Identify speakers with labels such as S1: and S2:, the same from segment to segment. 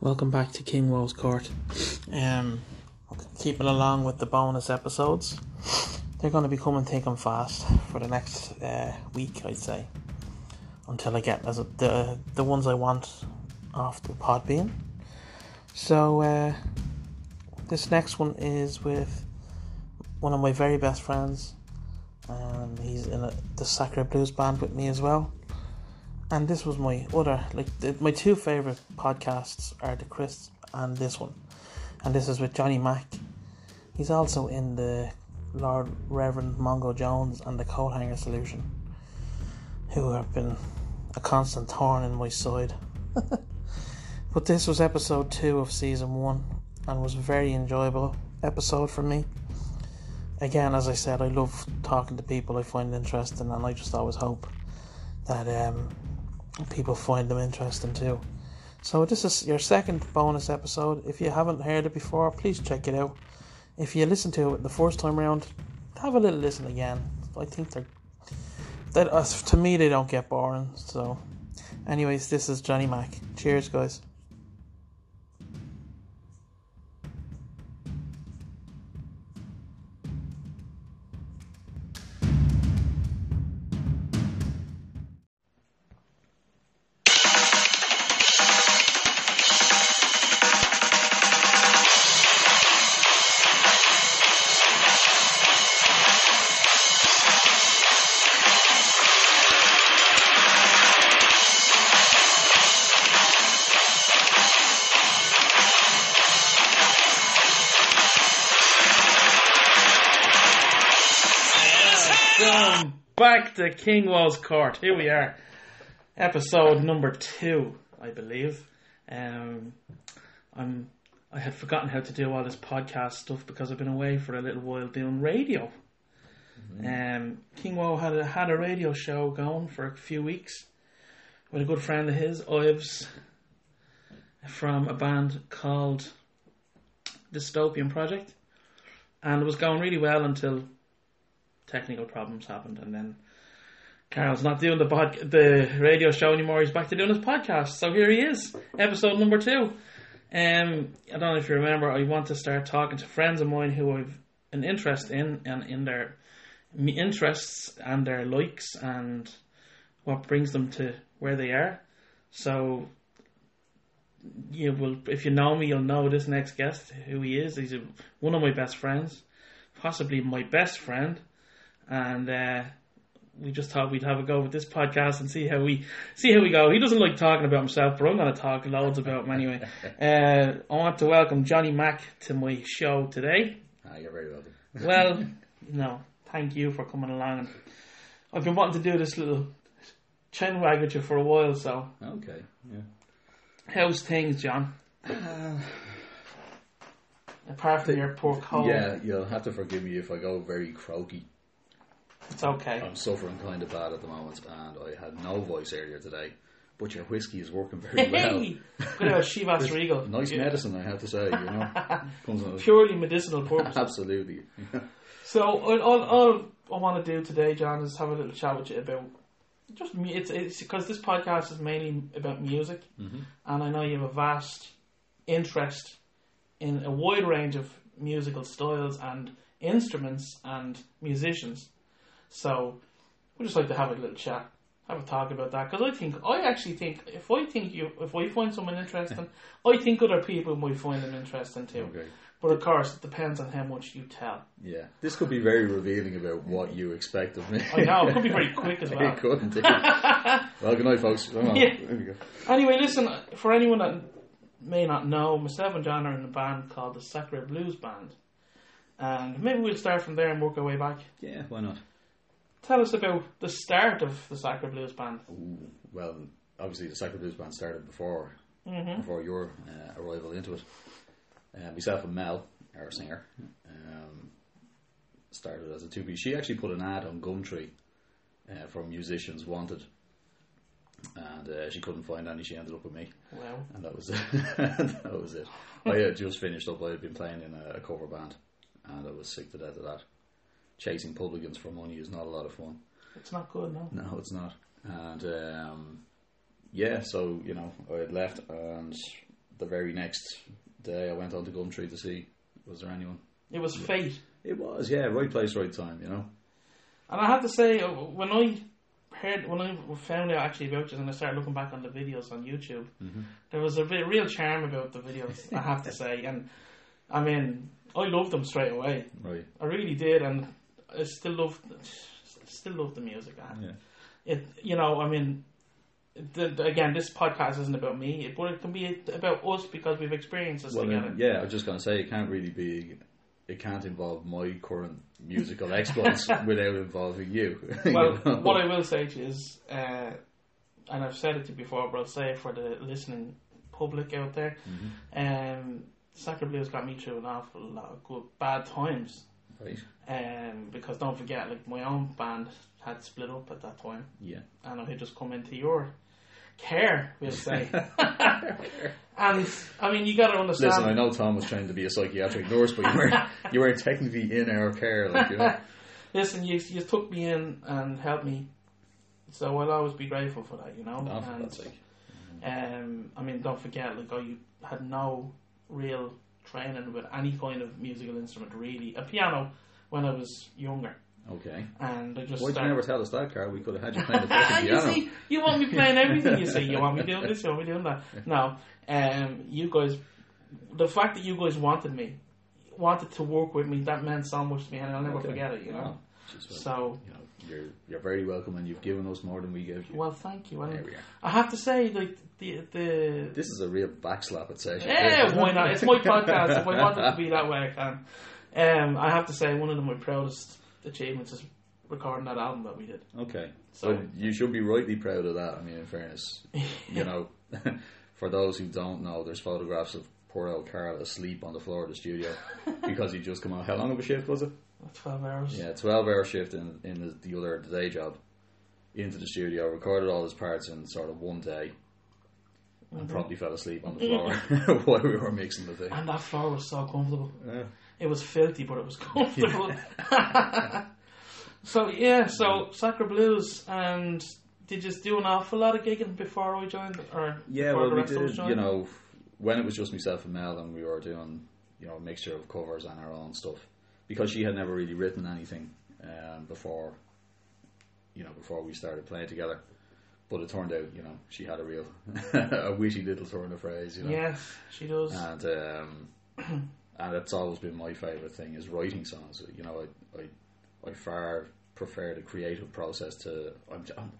S1: Welcome back to King Rose Court. Um, keeping along with the bonus episodes, they're going to be coming thick and fast for the next uh, week, I'd say, until I get as the the ones I want off the Podbean. So uh, this next one is with one of my very best friends, and he's in a, the Sacra Blues band with me as well and this was my other like the, my two favorite podcasts are the Crisp and this one, and this is with Johnny Mack. He's also in the Lord Reverend Mongo Jones and the Coat Hanger Solution, who have been a constant thorn in my side. but this was episode two of season one, and was a very enjoyable episode for me. Again, as I said, I love talking to people. I find it interesting, and I just always hope that um, people find them interesting too. So this is your second bonus episode. If you haven't heard it before, please check it out. If you listen to it the first time around, have a little listen again. I think they're that uh, to me they don't get boring. So, anyways, this is Johnny Mac. Cheers, guys. Welcome back to Kingwell's Court. Here we are, episode number two, I believe. Um, I'm I had forgotten how to do all this podcast stuff because I've been away for a little while doing radio. Um, Kingwell had a, had a radio show going for a few weeks with a good friend of his, Ives, from a band called Dystopian Project, and it was going really well until technical problems happened, and then Carol's not doing the pod- the radio show anymore. He's back to doing his podcast. So here he is, episode number two. Um, I don't know if you remember. I want to start talking to friends of mine who I've an interest in and in their m- interests and their likes and what brings them to where they are. So you will, if you know me, you'll know this next guest who he is. He's a, one of my best friends, possibly my best friend and uh, we just thought we'd have a go with this podcast and see how we see how we go. He doesn't like talking about himself, but I'm going to talk loads about him anyway. Uh, I want to welcome Johnny Mack to my show today.
S2: Ah, you're very welcome.
S1: Well, no, thank you for coming along. I've been wanting to do this little chin wag with you for a while, so
S2: Okay. Yeah.
S1: how's things, John?
S2: Uh,
S1: Apart from your poor cold,
S2: Yeah, you'll have to forgive me if I go very croaky.
S1: it's okay.
S2: I'm suffering kind of bad at the moment, and I had no voice earlier today. But your whiskey is working very well.
S1: Hey, good about Shivas Regal.
S2: Nice medicine, I have to say. You know, comes in a-
S1: Purely medicinal purpose.
S2: absolutely.
S1: So all, all, all I want to do today, John, is have a little chat with you about just mu- it's it's because this podcast is mainly about music, and I know you have a vast interest in a wide range of musical styles and instruments and musicians. So we just like to have a little chat, have a talk about that because I think I actually think if I think you if I find someone interesting, I think other people might find them interesting too.
S2: Okay.
S1: But of course, it depends on how much you tell.
S2: Yeah, this could be very revealing about what you expect of me.
S1: I know, Oh, it could be very quick as well.
S2: it could indeed. well, good night, folks. Come on.
S1: Yeah.
S2: There we go.
S1: Anyway, listen, for anyone that may not know, myself and John are in a band called the Sacra Blues Band. And maybe we'll start from there and work our way back.
S2: Yeah, why not?
S1: Tell us about the start of the Sacra Blues Band.
S2: Ooh, well, obviously the Sacred Blues Band started before before your uh, arrival into it. Uh, myself and Mel, our singer, um, started as a two piece. She actually put an ad on Gumtree uh, for musicians wanted, and uh, she couldn't find any. She ended up with me,
S1: Well,
S2: and that was it. that was it. I had just finished up. I had been playing in a, a cover band, and I was sick to death of that. Chasing publicans for money is not a lot of fun.
S1: it's not good, no.
S2: No, it's not. And um, yeah, so you know, I had left and the very next day, I went on to Gumtree to see was there anyone.
S1: It was fate.
S2: It was, yeah, right place, right time. You know,
S1: And I have to say, uh, when I heard, when I found out actually about this and I started looking back on the videos on YouTube, there was a re- real charm about the videos, I have to say. And I mean, I loved them straight away.
S2: right?
S1: I really did, and I still love, still love the music. and
S2: Yeah.
S1: It, you know, I mean, the, the- again, this podcast isn't about me, but it can be about us because we've experienced this
S2: Well,
S1: together.
S2: then, yeah, I was just gonna say it can't really be. It can't involve my current musical exploits without involving you. you
S1: Well,
S2: know?
S1: what I will say to you is, uh, and I've said it to you before, but I'll say it for the listening public out there,
S2: Mm-hmm.
S1: um, Sacred Blues got me through an awful lot of good bad times.
S2: right?
S1: Um, because don't forget, like my own band had split up at that time,
S2: Yeah,
S1: and I had just come into your care, we'll say. and I mean, you got to understand.
S2: listen, I know Tom was trying to be a psychiatric nurse, but you weren't. You weren't technically in our care, like you know.
S1: Listen, you you took me in and helped me, so I'll always be grateful for that, you know.
S2: Oh, for
S1: and
S2: God's sake.
S1: Um, I mean, don't forget, like I had no real training with any kind of musical instrument, really. A piano when I was younger,
S2: Okay.
S1: and I just
S2: Why'd you
S1: started.
S2: never tell us that, Carl? We could have had you playing the fucking
S1: Uh, you
S2: piano.
S1: see, you want me playing everything. You see, you want me doing this, you want me doing that. No, um, you guys, the fact that you guys wanted me, wanted to work with me, that meant so much to me, and I'll never
S2: Okay.
S1: forget it. You know.
S2: Oh, jeez, well,
S1: So,
S2: you know, you're you're very welcome, and you've given us more than we gave you.
S1: well, thank you.
S2: there
S1: And
S2: we are.
S1: I have to say, like the the
S2: This is a real backslap at session.
S1: Yeah, why not? It's my podcast. If I want it to be that way, I can. Um, I have to say, one of my proudest achievements is recording that album that we did.
S2: Okay.
S1: So-
S2: So you should be rightly proud of that. I mean, in fairness, you know, for those who don't know, there's photographs of poor old Carl asleep on the floor of the studio because he'd just come out. How long of a shift was it?
S1: Twelve hours.
S2: Yeah, twelve hour shift in in the, the other the day job, into the studio, recorded all his parts in sort of one day, and probably fell asleep on the floor while we were mixing the thing.
S1: And that floor was so comfortable.
S2: Yeah.
S1: It was filthy, but it was comfortable. so yeah, so Sacra Blues, and did you do an awful lot of gigging before I joined? Or
S2: Yeah,
S1: before
S2: well,
S1: the
S2: we
S1: rest of us
S2: did.
S1: joined?
S2: You know, when it was just myself and Mel, and we were doing, you know, a mixture of covers and our own stuff, because she had never really written anything um, before, you know, before we started playing together. But it turned out, you know, she had a real, a witty little turn of phrase, you know,
S1: Yes, she does.
S2: and um, and that's always been my favorite thing is writing songs. You know, I I, I far prefer the creative process to. I'm, I'm,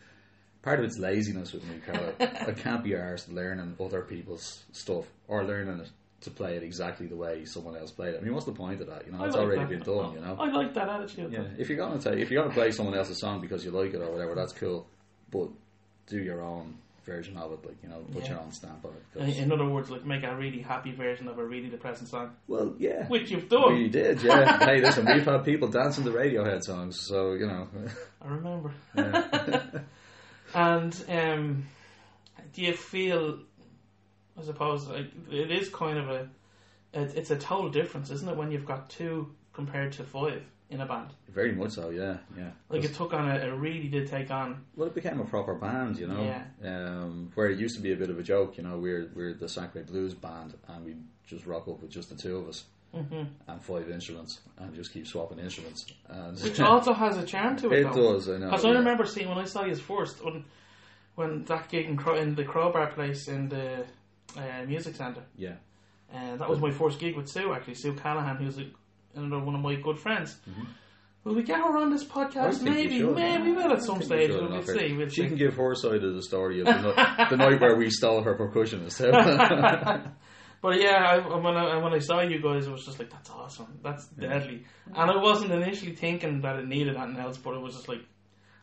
S2: part of it's laziness with me, Carl. I can't be arsed learning other people's stuff or learning it to play it exactly the way someone else played it. I mean, what's the point of that? You know,
S1: I
S2: it's
S1: like
S2: already
S1: that.
S2: been done. You know,
S1: I like that attitude.
S2: yeah. If you're gonna take, if you're gonna play someone else's song because you like it or whatever, that's cool. But do your own version of it, like you know, put your own stamp on it. 'cause-
S1: In, in other words, like make a really happy version of a really depressing song,
S2: well, yeah.
S1: which you've done.
S2: We did, yeah. hey, listen, we've had people dancing the Radiohead songs, so you know.
S1: I remember. and um, do you feel, I suppose, like it is kind of a, it, it's a total difference, isn't it, when you've got two compared to five in a band?
S2: Very much so, yeah, yeah.
S1: Like it took on, a, it really did take on.
S2: Well, it became a proper band, you know.
S1: Yeah.
S2: Um, where it used to be a bit of a joke, you know, we're we're the Sacred Blues band, and we just rock up with just the two of us
S1: Mm-hmm.
S2: and five instruments, and just keep swapping instruments. And
S1: Which also has a charm to it.
S2: it
S1: though.
S2: does, I know.
S1: Because I
S2: yeah.
S1: remember seeing when I saw you first when, when that gig in, Crow, in the Crowbar place in the uh, music centre.
S2: Yeah,
S1: And Uh, that was my first gig with Sue, actually. Sue Callahan, who's a, another one of my good friends. Will we get her on this
S2: Mm-hmm. I
S1: podcast?
S2: think we
S1: Maybe,
S2: should.
S1: maybe we will at some
S2: I think
S1: stage.
S2: should
S1: We'll
S2: knock
S1: we'll
S2: her-
S1: see. We'll
S2: she
S1: see.
S2: can give her side of the story of the, night, the night where we stole her percussionist.
S1: But yeah, I, I- when I when I saw you guys, I was just like, "That's awesome! That's deadly!" And I wasn't initially thinking that it needed anything else, but it was just like,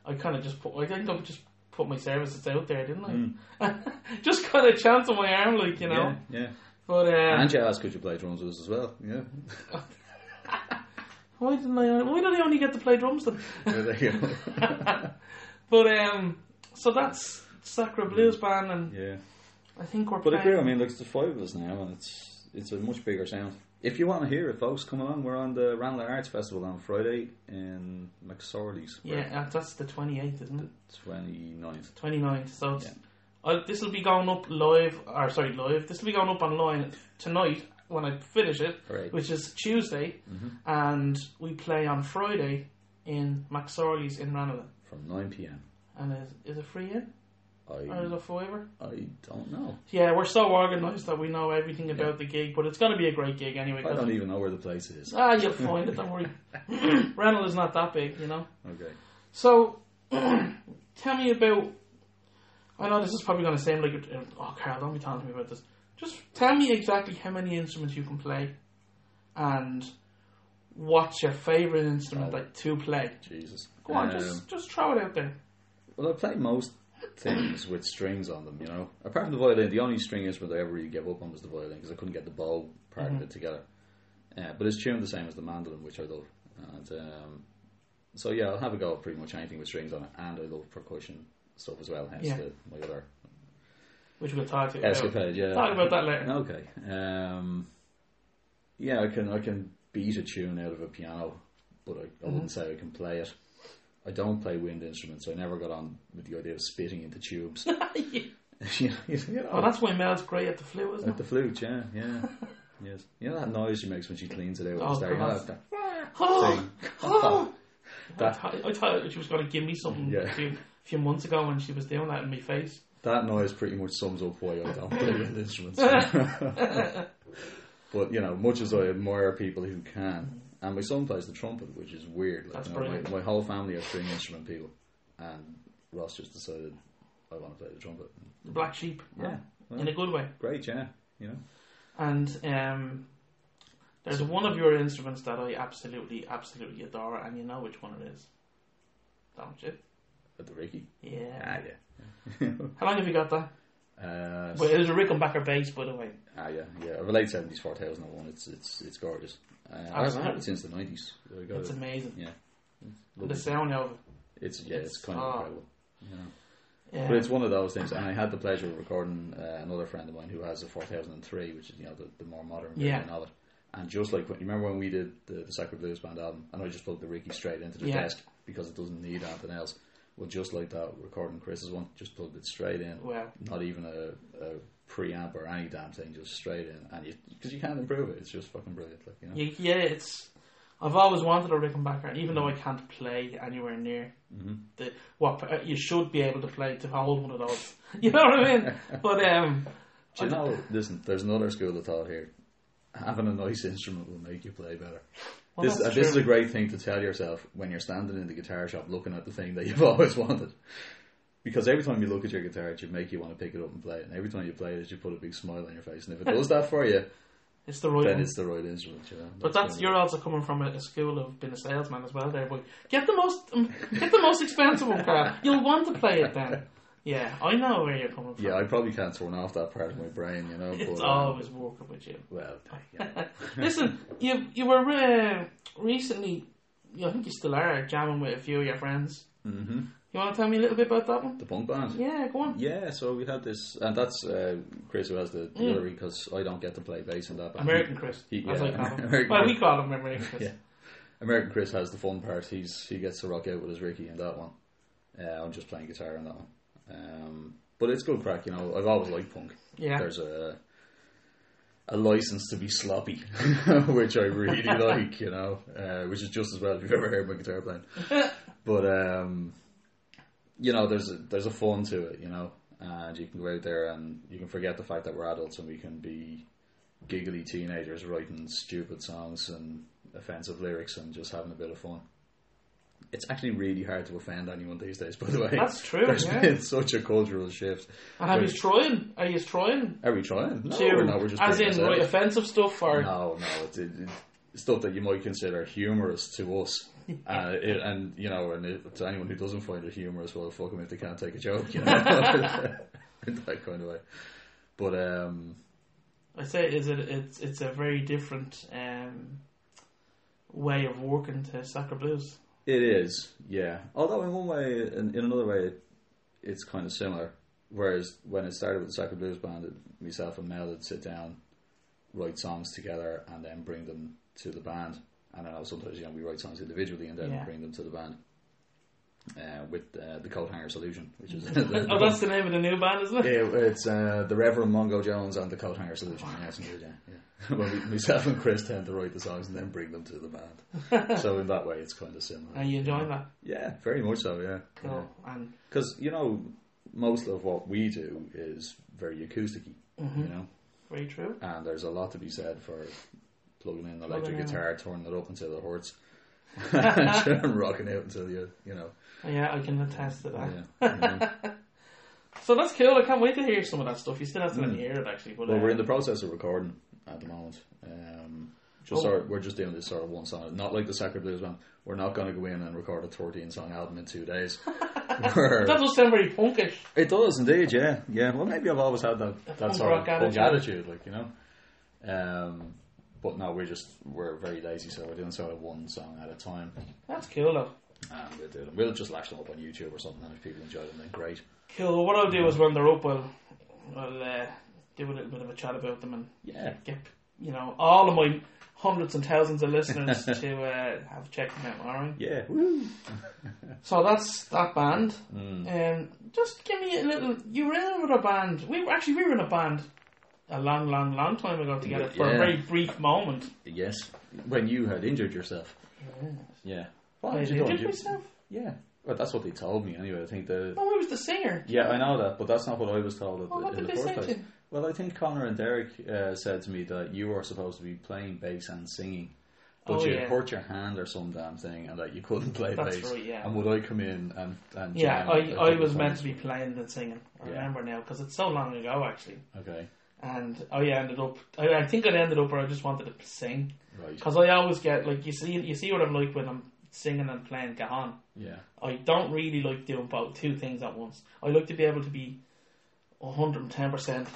S1: I kind of just put, I think I just put my services out there, didn't I? just kind of chance on my arm, like you know.
S2: Mm. yeah, yeah.
S1: But uh,
S2: And she asked, could you play drums with us as well? Yeah.
S1: why didn't I? Why did I only get to play drums then?
S2: Yeah, there you go.
S1: But um, so that's Sacra Blues Band, and
S2: yeah.
S1: I think we're
S2: But I agree, I
S1: playing.
S2: mean, look, it's the five of us now, and it's it's a much bigger sound. If you want to hear it, folks, come along. We're on the Ranelagh Arts Festival on Friday in McSorley's.
S1: Yeah, uh, that's the 28th, isn't it?
S2: 29th.
S1: 29th. So it's Uh, this will be going up live, or sorry, live. This will be going up online tonight when I finish it,
S2: Right. Mm-hmm.
S1: which is Tuesday, and we play on Friday in McSorley's in Ranelagh.
S2: from 9 pm.
S1: And is, is it free in or
S2: I,
S1: is it forever?
S2: I don't know.
S1: Yeah, we're so organised that we know everything about the gig, but it's going to be a great gig anyway.
S2: I
S1: 'cause-
S2: don't e- even know where the place is.
S1: ah, you'll find it. Don't worry. Ranelagh is not that big, you know.
S2: Okay.
S1: So, tell me about. I know this is probably going to sound like. a- Oh, Carl, don't be talking to me about this. Just tell me exactly how many instruments you can play, and what's your favorite instrument
S2: Oh.
S1: like to play.
S2: Jesus.
S1: Go on,
S2: Um,
S1: just just throw it out there.
S2: Well, I play most things with strings on them, you know. Apart from the violin, the only string instrument I ever really gave up on was the violin because I couldn't get the bow part
S1: Mm-hmm.
S2: of it together. Uh, but it's tuned the same as the mandolin, which I love. And um, so, yeah, I'll have a go at pretty much anything with strings on it. And I love percussion stuff as well, hence
S1: Yeah.
S2: the, my other
S1: Which we'll talk to you about.
S2: escapade. Yeah.
S1: Talk about that later.
S2: Okay. Um, yeah, I can I can beat a tune out of a piano, but I, I
S1: Mm-hmm.
S2: wouldn't say I can play it. I don't play wind instruments. so I never got on with the idea of spitting into tubes. you know, you know,
S1: Well, Oh, that's why Mel's great at the flute, isn't
S2: at
S1: it?
S2: the flute, yeah, yeah. Yes. You know that noise she makes when she cleans it out?
S1: Oh,
S2: it's there, you know,
S1: God.
S2: that
S1: Oh,
S2: thing.
S1: oh.
S2: Uh, That-
S1: I, thought, I thought she was going to give me something
S2: Yeah.
S1: a, few, a few months ago when she was doing that in my face.
S2: That noise pretty much sums up why I don't play wind instruments. but you know, much as I admire people who can, and my son plays the trumpet, which is weird. Like,
S1: That's
S2: you know,
S1: brilliant.
S2: my, my whole family are string instrument people, and Ross just decided I want to play the trumpet.
S1: The black sheep.
S2: Yeah,
S1: In a good way.
S2: great, yeah, you know.
S1: And um, there's one of your instruments that I absolutely, absolutely adore, and you know which one it is, don't you?
S2: At the Ricky,
S1: Yeah.
S2: ah yeah,
S1: How long have you got that?
S2: uh,
S1: Well, it was a Rickenbacker bass, by the way.
S2: ah yeah, yeah. Of a late seventies four thousand and one, it's it's it's gorgeous. Uh, I've had
S1: Absolutely.
S2: it since the nineties. I got
S1: It's
S2: it.
S1: amazing.
S2: Yeah,
S1: The sound of
S2: it's yeah, it's, kind of
S1: ah.
S2: incredible. You know.
S1: it. Yeah.
S2: But it's one of those things, and I had the pleasure of recording uh, another friend of mine who has a 4003, which is you know the, the more modern
S1: Yeah.
S2: version of it. And just like when, you remember when we did the, the Sacred Blues Band album, and I just plugged the Ricky straight into the
S1: Yeah.
S2: desk because it doesn't need anything else. Well, just like that, recording Chris's one, just plugged it straight in.
S1: Wow.
S2: Not even a, a preamp or any damn thing, just straight in, and you because you can't improve it. It's just fucking brilliant, like you know.
S1: Y- Yeah, it's. I've always wanted a Rickenbacker, even
S2: Mm.
S1: though I can't play anywhere near
S2: Mm-hmm.
S1: the what uh, you should be able to play to hold one of those. You know what I mean? But um,
S2: Do you know, listen, there's another school of thought here. Having a nice instrument will make you play better.
S1: Well,
S2: this,
S1: that's
S2: uh, this is
S1: true.
S2: a great thing to tell yourself when you're standing in the guitar shop looking at the thing that you've always wanted. Because every time you look at your guitar, it should make you want to pick it up and play it. And every time you play it, it should put a big smile on your face. And if it does that for you,
S1: it's the right
S2: then
S1: one.
S2: it's the right instrument, you know.
S1: But that's
S2: your
S1: you're also coming from a, a school of being a salesman as well, there, boy. Get the most, um, get the most expensive one, Carl. You'll want to play it then. Yeah, I know where you're coming from.
S2: Yeah, I probably can't turn off that part of my brain, you know.
S1: it's
S2: but, um,
S1: always working with you.
S2: well, yeah.
S1: Listen, you you were uh, recently, I think you still are jamming with a few of your friends.
S2: hmm
S1: You want to tell me a little bit about that one?
S2: the punk band.
S1: Yeah, go on.
S2: Yeah, so we had this, and that's uh, Chris who has the, the other because I don't get to play bass in that. Band.
S1: Mm. American Chris,
S2: He-
S1: as
S2: yeah,
S1: I call him.
S2: American
S1: well,
S2: Chris.
S1: we call him American Chris.
S2: Yeah. American Chris has the fun part. He's he gets to rock out with his Ricky in that one. Uh, I'm just playing guitar on that one. Um, but it's good crack, you know. I've always liked punk.
S1: Yeah.
S2: There's a a license to be sloppy, which I really like, you know. Uh, which is just as well if you've ever heard my guitar playing. but um, you know, there's a, there's a fun to it, you know. And you can go out there and you can forget the fact that we're adults and we can be giggly teenagers writing stupid songs and offensive lyrics and just having a bit of fun. It's actually really hard to offend anyone these days, by the way.
S1: That's true,
S2: There's
S1: yeah.
S2: been such a cultural shift.
S1: And have you trying? Are you trying
S2: Are we trying? Oh, No,
S1: to,
S2: we're not. We're just
S1: as
S2: being
S1: in,
S2: ourselves.
S1: right, offensive stuff or?
S2: No, no, it's it, it's stuff that you might consider humorous to us, uh, it, and you know, and it, to anyone who doesn't find it humorous, well, fuck them if they can't take a joke, you know, in that kind of way. But um,
S1: I say is it it's it's a very different um, way of working to soccer blues.
S2: it is, yeah. Although in one way, in, in another way, it's kind of similar. Whereas when it started with the Sacred Blues Band, it- myself and Mel would sit down, write songs together, and then bring them to the band. And I know sometimes you know we write songs individually and then
S1: Yeah.
S2: bring them to the band. uh, with uh, the coat hanger solution, which is
S1: Oh, that's the name of the new band, isn't it?
S2: Yeah, it's uh, the Reverend Mongo Jones and the Coat Hanger Solution. Yes, indeed, yeah, yeah. well, we, myself and Chris tend to write the songs and then bring them to the band. so in that way, it's kind of similar.
S1: Are you enjoying that?
S2: Yeah, very much so. Yeah,
S1: Cool. And
S2: because you know most of what we do is very acousticy.
S1: Mm-hmm.
S2: You know,
S1: very true.
S2: and there's a lot to be said for plugging in an electric
S1: in.
S2: guitar, turning it up until it hurts, and rocking out until you you know.
S1: Yeah, I can attest to that.
S2: Yeah. you know.
S1: So that's cool. I can't wait to hear some of that stuff. You still have to let me hear it actually. But
S2: Mm. Well,
S1: uh,
S2: we're in the process of recording at the moment. Um, just
S1: Oh.
S2: sort of- we're just doing this sort of one song, not like the Sacred Blues one. We're not going to go in and record a thirteen song album in two days. We're-
S1: that does sound very punkish.
S2: it does indeed, yeah, yeah. Well, maybe I've always had that that
S1: punk
S2: sort of
S1: rock
S2: punk
S1: attitude.
S2: attitude, like you know. Um, but no, we're just we're very lazy, so we're doing sort of one song at a time,
S1: That's cool though.
S2: and we'll do them. We'll just lash them up on YouTube or something, and if people enjoy them, then great.
S1: Cool. Well, what I'll do is when they're up, I'll, I'll uh, do a little bit of a chat about them and
S2: Yeah,
S1: get you know all of my hundreds and thousands of listeners to uh, have checked them out. All right.
S2: yeah. Woo.
S1: So that's that band. Um, just give me a little. You were in another band. We were actually we were in a band a long, long, long time ago together for a
S2: Yeah.
S1: very brief moment.
S2: Yes, when you had injured yourself. Yeah.
S1: Did
S2: Why had you done?
S1: we
S2: You-
S1: stuff?
S2: Yeah. Well, that's what they told me anyway. I think the.
S1: No, I was the singer.
S2: Yeah, I know that, but that's not what I was told at
S1: Well,
S2: the,
S1: what
S2: in
S1: did
S2: the
S1: they
S2: first
S1: say to
S2: place.
S1: you?
S2: Well, I think Connor and Derek uh, said to me that you were supposed to be playing bass and singing, but
S1: Oh,
S2: you
S1: yeah.
S2: hurt your hand or some damn thing, and that you couldn't play
S1: That's
S2: bass.
S1: right, yeah.
S2: And would I come in and and
S1: Yeah,
S2: jam a
S1: I, I
S2: couple
S1: was
S2: of
S1: meant to
S2: songs?
S1: be playing and singing. I
S2: Yeah.
S1: remember now because it's so long ago actually.
S2: Okay,
S1: And oh, I ended up. I, I think I ended up where I just wanted to sing
S2: right.
S1: because I always get like you see you see what I'm like when I'm singing and playing Gahan.
S2: Yeah,
S1: I don't really like doing both two things at once. I like to be able to be 110%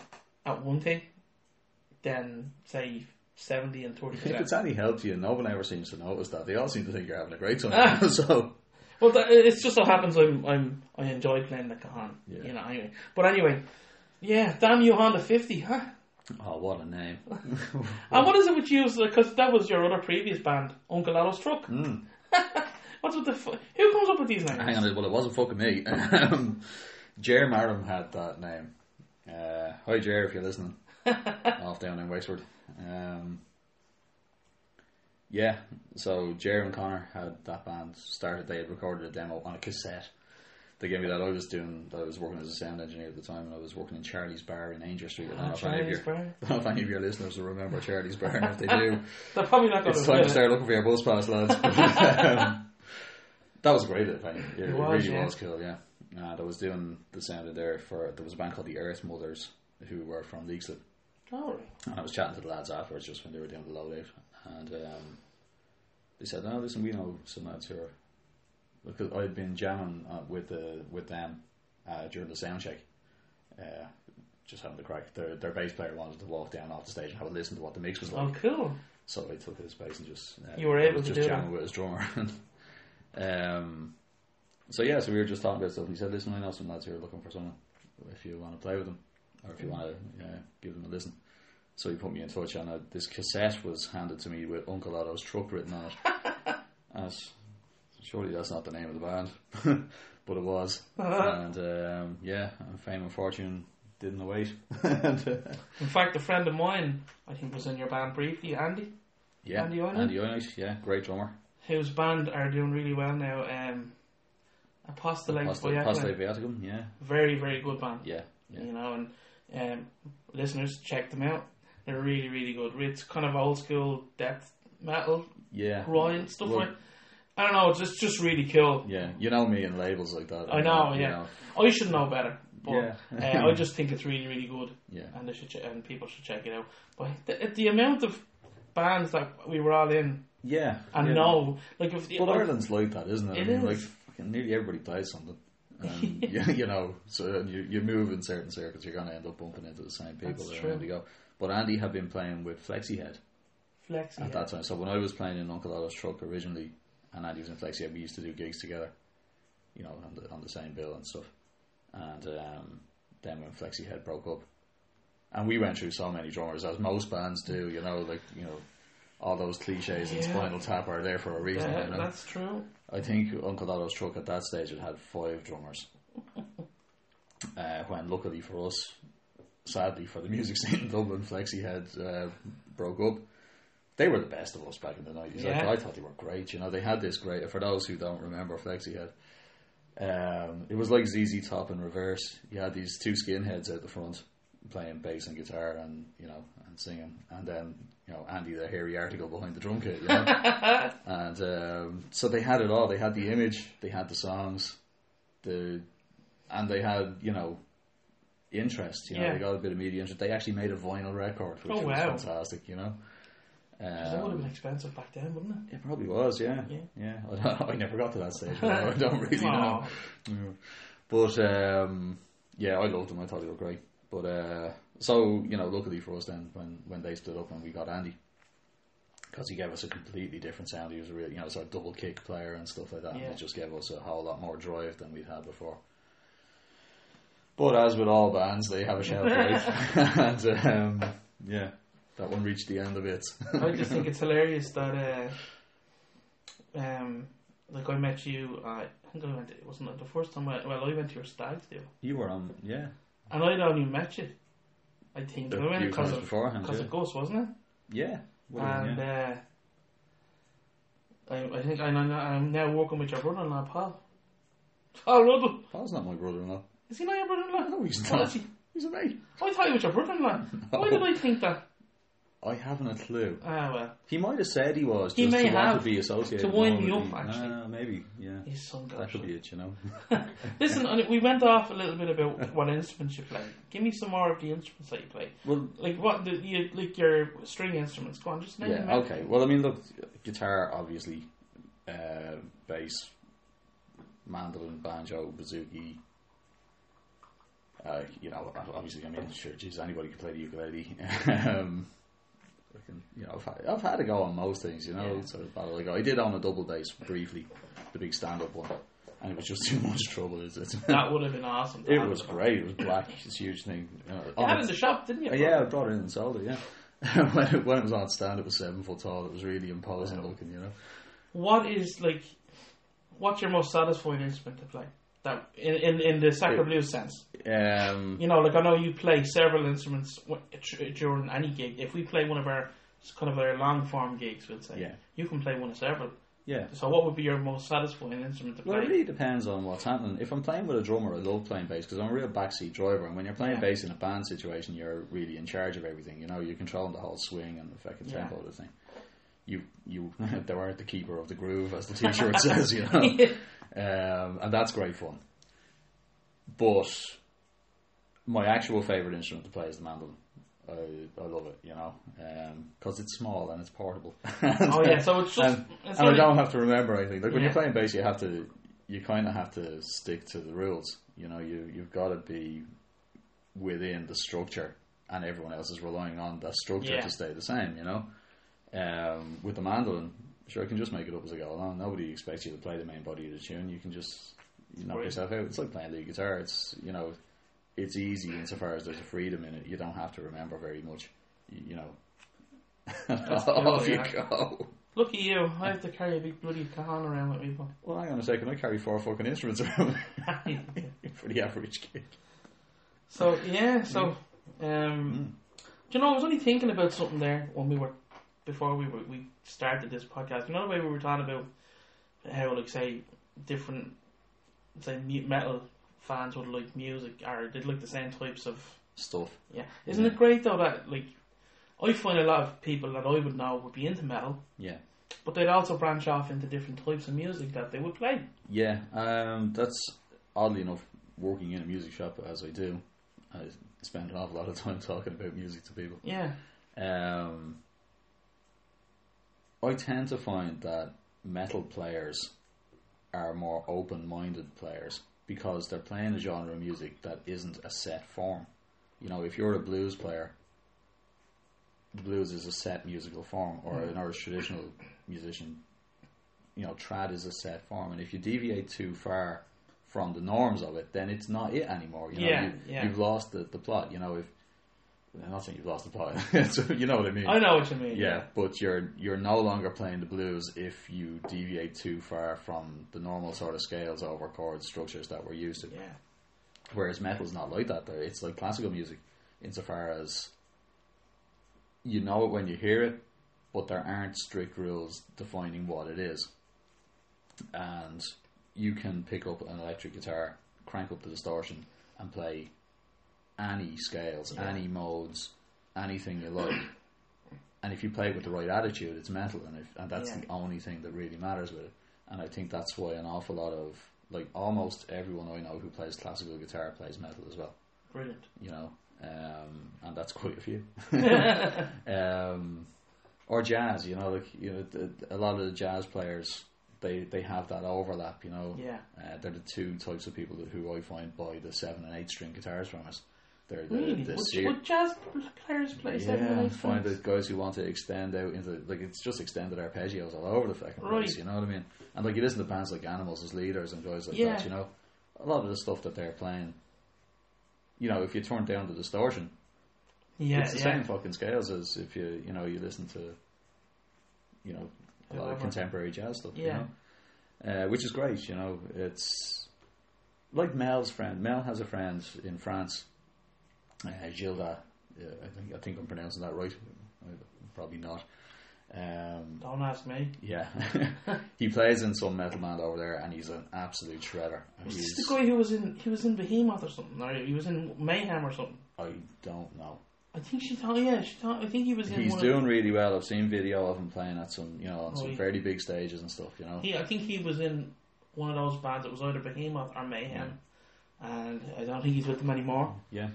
S1: at one thing, then say 70 and
S2: if
S1: 30%.
S2: it's any help to you, no one ever seems to notice that. They all seem to think you're having a great time. so
S1: well, that, it's just so happens I'm, I'm I enjoy playing the Kahan,
S2: Yeah.
S1: you know. Anyway, but anyway, yeah, damn you, Honda 50, huh?
S2: Oh, what a name!
S1: And what is it with you? Because that was your other previous band, Uncle Otto's Truck.
S2: Hmm.
S1: What's with the fu- who comes up with these names?
S2: Hang on, well, it wasn't fucking me. Um, Jer Maram had that name. Uh, hi, Jer, if you're listening. Off down in Wexford. Um, yeah, so Jer and Connor had that band started. They had recorded a demo on a cassette. They gave me that. I was doing. I was working as a sound engineer at the time, and I was working in Charlie's Bar in Ainger Street. I don't know if any of
S1: Ah, Charlie's Bar.
S2: your, I don't know if any of your listeners will remember Charlie's Bar, and if they do,
S1: They're probably not going
S2: it's time to
S1: to.
S2: start looking for your bus pass, lads. Um, that was great, I think. It, it
S1: was,
S2: really
S1: yeah.
S2: was cool, yeah. And I was doing the sound of there for there was a band called the Earth Mothers who were from Leakslip,
S1: Oh,
S2: and I was chatting to the lads afterwards just when they were doing the loadout, and um, they said, "No, listen, we know some lads who are." Because I'd been jamming uh, with the with them uh, during the sound check, uh, just having the crack. Their their bass player wanted to walk down off the stage and have a listen to what the mix was like.
S1: oh, cool.
S2: So I took his space and just uh,
S1: You were able to
S2: just
S1: do that.
S2: jamming with his drummer. um, so yeah, so we were just talking about stuff. And he said, "Listen, I know some lads who are looking for someone. If you want to play with them, or if you want to uh, give them a listen." So he put me in touch, and uh, this cassette was handed to me with Uncle Otto's truck written on it. and I s- surely that's not the name of the band, but it was.
S1: Uh-huh.
S2: and um, yeah, and fame and fortune didn't await. and, uh,
S1: In fact, a friend of mine, I think, was in your band briefly, Andy,
S2: yeah,
S1: Andy Oiney?
S2: Andy Oiney, yeah, great drummer.
S1: whose band are doing really well now. Um, Apostolate,
S2: Pasta,
S1: Apostolate.
S2: pasta viaticum, yeah,
S1: very, very good band.
S2: yeah, yeah.
S1: You know, and um, listeners, check them out. They're really, really good. It's kind of old school death metal,
S2: yeah.
S1: grind stuff
S2: Well-
S1: like. I don't know. It's just, just really cool.
S2: Yeah, you know me and labels like that.
S1: I
S2: you
S1: know.
S2: you
S1: Yeah,
S2: know.
S1: I should know better. But,
S2: Yeah.
S1: uh, I just think it's really, really good.
S2: yeah,
S1: and they should che- and people should check it out. But the, the amount of bands that we were all in,
S2: yeah.
S1: and
S2: yeah.
S1: know, like if
S2: But Ireland's like that, isn't it?
S1: It
S2: I mean, like
S1: is.
S2: fucking nearly everybody plays something. And you, you know, so and you, you move in certain circles, you're going to end up bumping into the same people
S1: That's
S2: everywhere
S1: true.
S2: you go. But Andy had been playing with Flexi Head
S1: Flexi,
S2: at that time. So when I was playing in Uncle Otto's truck originally, and Andy was in Flexi Head, we used to do gigs together, you know, on the, on the same bill and stuff. And um, then when Flexi Head broke up, and we went through so many drummers, as most bands do, you know, like, you know, all those cliches in
S1: Yeah.
S2: Spinal Tap are there for a reason.
S1: Yeah,
S2: you know?
S1: that's true.
S2: I think Uncle Otto's truck at that stage had had five drummers. uh, when luckily for us, sadly for the music scene in Dublin, Flexi had uh, broke up. They were the best of us back in the nineties.
S1: Yeah.
S2: I, I thought they were great. You know, they had this great. For those who don't remember, Flexi had. Um, it was like ZZ Top in reverse. You had these two skinheads out the front playing bass and guitar and you know and singing, and then you know Andy the hairy article behind the drum kit. You know? and um, so they had it all. They had the image, they had the songs, the and they had you know interest. You know,
S1: Yeah.
S2: they got a bit of media interest. They actually made a vinyl record, which
S1: Oh,
S2: was
S1: wow.
S2: fantastic. You know,
S1: that would have
S2: um,
S1: been expensive back then, wouldn't it?
S2: it probably was. Yeah,
S1: Yeah.
S2: I, don't- I never got to that stage. but I don't really know.
S1: Aw.
S2: Yeah. But um, yeah, I loved them. I thought they were great. But uh, so you know, luckily for us, then when when they stood up and we got Andy, because he gave us a completely different sound. He was a real, you know, sort of double kick player and stuff like that.
S1: Yeah.
S2: And it just gave us a whole lot more drive than we'd had before. But as with all bands, they have a shelf life, and um, yeah, that one reached the end of it.
S1: I just think it's hilarious that, uh, um, like I met you. Uh, I think I went. It wasn't it the first time. I, well, I went to your stag do,
S2: you were on, yeah,
S1: and I'd only met you. I think I
S2: a
S1: went
S2: few
S1: because
S2: times
S1: of
S2: beforehand.
S1: because of Gus, wasn't it?
S2: Yeah, yeah. Would have been,
S1: And
S2: yeah.
S1: uh, I, I think and I'm, I'm now working with your brother-in-law, Paul. Paul Ruddle.
S2: Paul's not my brother-in-law.
S1: Is he not your brother-in-law?
S2: No, he's
S1: Oh,
S2: not.
S1: is he?
S2: He's a mate.
S1: I thought he was your brother-in-law. Why did I think that?
S2: I haven't a clue.
S1: Ah, well,
S2: He might have said he was.
S1: He
S2: just
S1: may
S2: to want
S1: have.
S2: to be associated.
S1: To wind
S2: more
S1: me up,
S2: with the-
S1: actually.
S2: Ah, maybe. Yeah,
S1: he's some guy.
S2: that could be it. You know.
S1: Listen, and we went off a little bit about what instruments you play. Give me some more of the instruments that you play.
S2: well,
S1: Like what the you like your string instruments. Go on, just name them.
S2: yeah.
S1: out.
S2: Okay. Well, I mean, look, guitar obviously, uh, bass, mandolin, banjo, bouzouki. Uh, you know, obviously, I mean, sure, geez, anybody can play the ukulele. um, I can, you know, I've had, I've had a go on most things, you know,
S1: Yeah.
S2: sort of battle. Like, I did own a double bass briefly, the big stand-up one, and it was just too much trouble. It's, it's,
S1: That would have been awesome. to
S2: It
S1: have.
S2: was great. It was black. It's a huge thing. You know,
S1: You
S2: on
S1: had it
S2: its-
S1: in the shop, didn't you?
S2: yeah, I brought it in and sold it. Yeah, when, it, when it was on stand, it was seven foot tall. It was really imposing looking. You know,
S1: What is like? What's your most satisfying instrument to play? That in in, in the sacra
S2: Yeah.
S1: blues sense.
S2: um,
S1: You know, like I know you play several instruments w- tr- during any gig. If we play one of our it's kind of our long form gigs, we'll say.
S2: Yeah.
S1: You can play one of several.
S2: yeah.
S1: So what would be your most satisfying instrument to play?
S2: Well, it really depends on what's happening. If I'm playing with a drummer, I love playing bass because I'm a real backseat driver. And when you're playing
S1: Yeah.
S2: bass in a band situation, you're really in charge of everything. You know, you're controlling the whole swing and the fucking
S1: Yeah.
S2: tempo of the thing. You, you, they weren't the keeper of the groove, as the T-shirt says. You know, um, and that's great fun. But my actual favorite instrument to play is the mandolin. I, I love it, you know, because it's small and it's portable.
S1: Oh yeah, so it's just
S2: and,
S1: it's
S2: Um, and I
S1: only-
S2: don't have to remember anything. Like when
S1: Yeah.
S2: you're playing bass, you have to, you kind of have to stick to the rules. You know, you you've got to be within the structure, and everyone else is relying on that structure
S1: Yeah.
S2: to stay the same. You know, um, with the mandolin, sure, I can just make it up as I go along. Nobody expects you to play the main body of the tune. You can just you knock
S1: Right.
S2: yourself out. It's like playing lead guitar. It's you know, it's easy insofar as there's a freedom in it. You don't have to remember very much. You, you know. Off
S1: cool,
S2: you
S1: yeah.
S2: go.
S1: Look at you! I have to carry a big bloody cajon around with me. But
S2: Well, hang on a second. I carry four fucking instruments around
S1: Yeah.
S2: for the average kid.
S1: so yeah, so
S2: Hmm.
S1: um, do you know? I was only thinking about something there when we were before we were, we started this podcast. You know the way we were talking about how like say different say mu- metal fans would like music or they'd like the same types of
S2: Stuff.
S1: yeah. Isn't it great though that like I find a lot of people that I would know would be into metal,
S2: Yeah.
S1: but they'd also branch off into different types of music that they would play.
S2: Yeah. Um, that's oddly enough, working in a music shop as I do, I spend an awful lot of time talking about music to people.
S1: Yeah.
S2: Um, I tend to find that metal players are more open minded players because they're playing a genre of music that isn't a set form. You know, if you're a blues player, the blues is a set musical form, or
S1: Hmm.
S2: an Irish traditional musician, you know, trad is a set form. And if you deviate too far from the norms of it, then it's not it anymore. You know,
S1: Yeah,
S2: you,
S1: yeah.
S2: you've lost the, the plot. You know, if I'm not saying you've lost the plot. so you know what I mean.
S1: I know what you mean.
S2: Yeah, but you're you're no longer playing the blues if you deviate too far from the normal sort of scales over chord structures that we're used to.
S1: Yeah.
S2: Whereas metal's not like that though. It's like classical music insofar as you know it when you hear it, but there aren't strict rules defining what it is. And you can pick up an electric guitar, crank up the distortion, and play any scales, any modes, anything you like. And if you play it with the right attitude, it's metal, and, if, and that's
S1: Yeah.
S2: the only thing that really matters with it. And I think that's why an awful lot of, like, almost everyone I know who plays classical guitar plays metal as well
S1: Brilliant.
S2: you know, um, and that's quite a few. um, or jazz, you know, like you know, th- a lot of the jazz players they they have that overlap, you know.
S1: Yeah.
S2: Uh, they're the two types of people that, who I find buy the seven and eight string guitars from us. They're the,
S1: Really?
S2: the
S1: Would,
S2: ser-
S1: would jazz players play seven
S2: yeah,
S1: and
S2: I
S1: eight
S2: find
S1: strings?
S2: that guys who want to extend out into like it's just extended arpeggios all over the fucking
S1: Right.
S2: place. You know what I mean? And like you listen to bands like Animals as leaders and guys like
S1: Yeah.
S2: that. You know, a lot of the stuff that they're playing. You know, if you turn down the distortion,
S1: Yeah,
S2: it's the
S1: yeah.
S2: same fucking scales as if you you know you listen to you know a lot of
S1: Whoever.
S2: contemporary jazz stuff.
S1: Yeah.
S2: You know? uh, which is great. You know, it's like Mel's friend. Mel has a friend in France, uh, Gilda. Uh, I think I think I'm pronouncing that right. Uh, Probably not. Um,
S1: Don't ask me.
S2: yeah, he plays in some metal band over there, and he's an absolute shredder. And
S1: Is
S2: he's-
S1: this the guy who was in he was in Behemoth or something, or he was in Mayhem or something?
S2: I don't know.
S1: I think she thought. Yeah, she thought. I think he was in.
S2: He's
S1: one
S2: doing really well. I've seen video of him playing at some, you know, on
S1: Oh,
S2: some
S1: he-
S2: fairly big stages and stuff. You know,
S1: Of, he, I think he was in one of those bands that was either Behemoth or Mayhem, and I don't think he's with them anymore.
S2: yeah.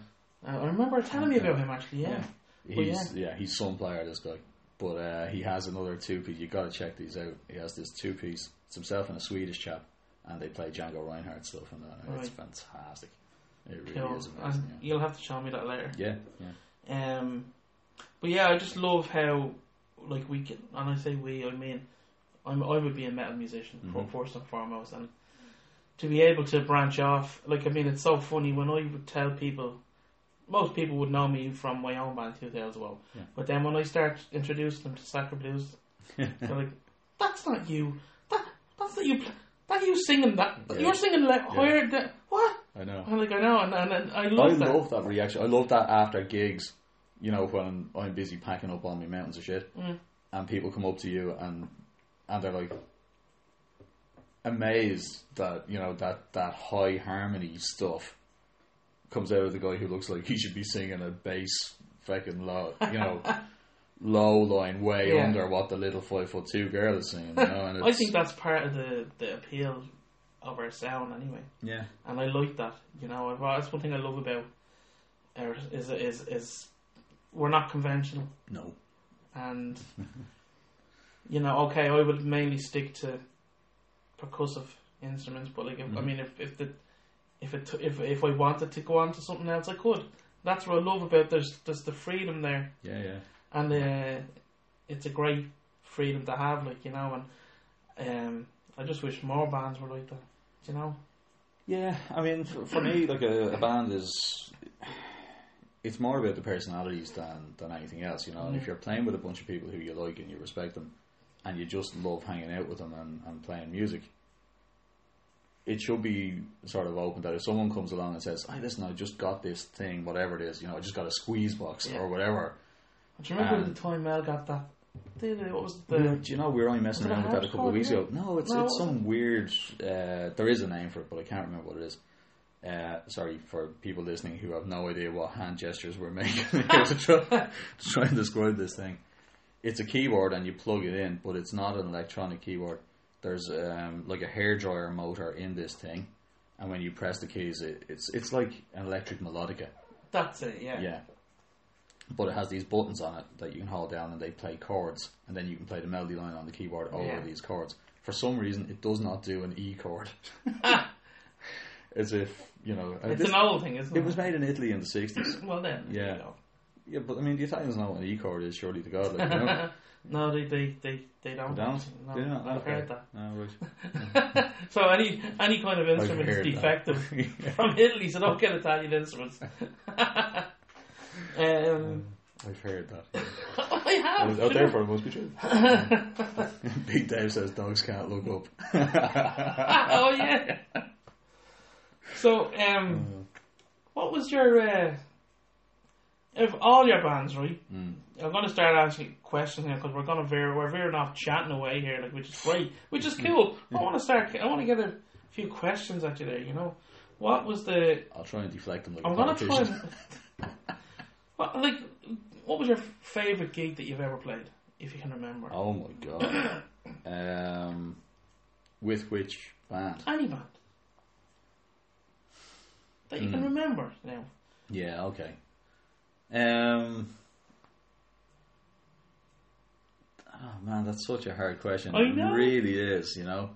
S1: Uh,
S2: Mm.
S1: I remember telling me about him actually. Yeah.
S2: Yeah.
S1: Well,
S2: He's yeah. he's some player this guy, but uh, he has another two piece. You got to check these out. He has this two piece. It's himself and a Swedish chap, and they play Django Reinhardt stuff and that. and It's fantastic. It really
S1: Cool.
S2: is
S1: And
S2: amazing. Yeah.
S1: You'll have to show me that later.
S2: Yeah, yeah,
S1: Um, but yeah, I just love how like we can, and I say we, I mean, I'm I would be a metal musician for
S2: Mhm.
S1: first and foremost, and to be able to branch off, like I mean, it's so funny when I would tell people. Most people would know me from my own band, Two Tails Well.
S2: Yeah.
S1: But then when I start introducing them to Sacra Blues, they're like, "That's not you. That that's not you. pl- That you singing that.
S2: Yeah.
S1: You're singing like higher than what?"
S2: I know.
S1: I'm like, "I know," and, and, and I
S2: I
S1: love that.
S2: love that reaction. I love that after gigs, you know, when I'm busy packing up on my mountains of shit,
S1: Mm.
S2: and people come up to you and and they're like amazed that you know that that high harmony stuff comes out of the guy who looks like he should be singing a bass fucking low, you know. Low line, way
S1: Yeah.
S2: under what the little five foot two girl is singing. You know, and it's,
S1: I think that's part of the, the appeal of our sound anyway,
S2: yeah,
S1: and I like that. You know, I've- that's one thing I love about our is is is we're not conventional,
S2: no,
S1: and you know, okay, I would mainly stick to percussive instruments, but like, if, I mean, if if the if it if if I wanted to go on to something else, I could. That's what I love about there's there's the freedom there
S2: yeah, yeah,
S1: and uh, it's a great freedom to have, like you know. And um, I just wish more bands were like that, you know.
S2: Yeah, I mean, for, for me, like a, a band is, it's more about the personalities than than anything else, you know. And if you're playing with a bunch of people who you like and you respect them, and you just love hanging out with them and, and playing music, it should be sort of open that if someone comes along and says, "Hey, listen, I just got this thing, whatever it is, you know, I just got a squeeze box
S1: Yeah.
S2: or whatever."
S1: Do you remember
S2: Um,
S1: the time Mel got that? Did it- What was the?
S2: Yeah, do you know we were only messing
S1: Was it a
S2: around with that a couple of
S1: hardcore
S2: weeks ago?
S1: thing?
S2: No, it's
S1: No,
S2: it's
S1: it wasn't.
S2: some weird. Uh, there is a name for it, but I can't remember what it is. Uh, sorry for people listening who have no idea what hand gestures we're making here to try, to try and describe this thing. It's a keyboard and you plug it in, but it's not an electronic keyboard. There's um, like a hairdryer motor in this thing, and when you press the keys, it, it's it's like an electric melodica.
S1: That's it. Yeah.
S2: Yeah. But it has these buttons on it that you can hold down and they play chords, and then you can play the melody line on the keyboard over
S1: Yeah.
S2: these chords. For some reason, it does not do an E chord. As if, you know. and
S1: It's
S2: this-
S1: an old thing, isn't it?
S2: it was made in Italy in the 60s.
S1: well then.
S2: Yeah.
S1: you know.
S2: Yeah, but I mean, the Italians know what an E chord is, surely to God. Like, you know,
S1: No, they they they, they don't.
S2: they don't.
S1: No,
S2: They don't.
S1: I've
S2: Okay.
S1: heard that.
S2: No, right.
S1: So any any kind of instrument is
S2: heard that.
S1: defective from Italy, so don't get Italian instruments. Um,
S2: I've heard that.
S1: oh, I
S2: I
S1: have.
S2: was out there for it, must be true. Big Dave says dogs can't look up.
S1: oh yeah. So, um, what was your uh, of all your bands, right?
S2: Mm.
S1: I'm gonna start asking questions here because we're gonna veer, we're veering off chatting away here, like which is great, which is cool. I want to start. I want to get a few questions at you there. You know, what was the?
S2: I'll try and deflect them like
S1: I'm
S2: a
S1: gonna try.
S2: politician.
S1: And, what like? What was your favorite gig that you've ever played, if you can remember?
S2: Oh my god. Um, with which band?
S1: Any band that you
S2: Hmm.
S1: can remember now.
S2: Yeah, okay. Um, oh man, that's such a hard question.
S1: I know.
S2: It really is, you know.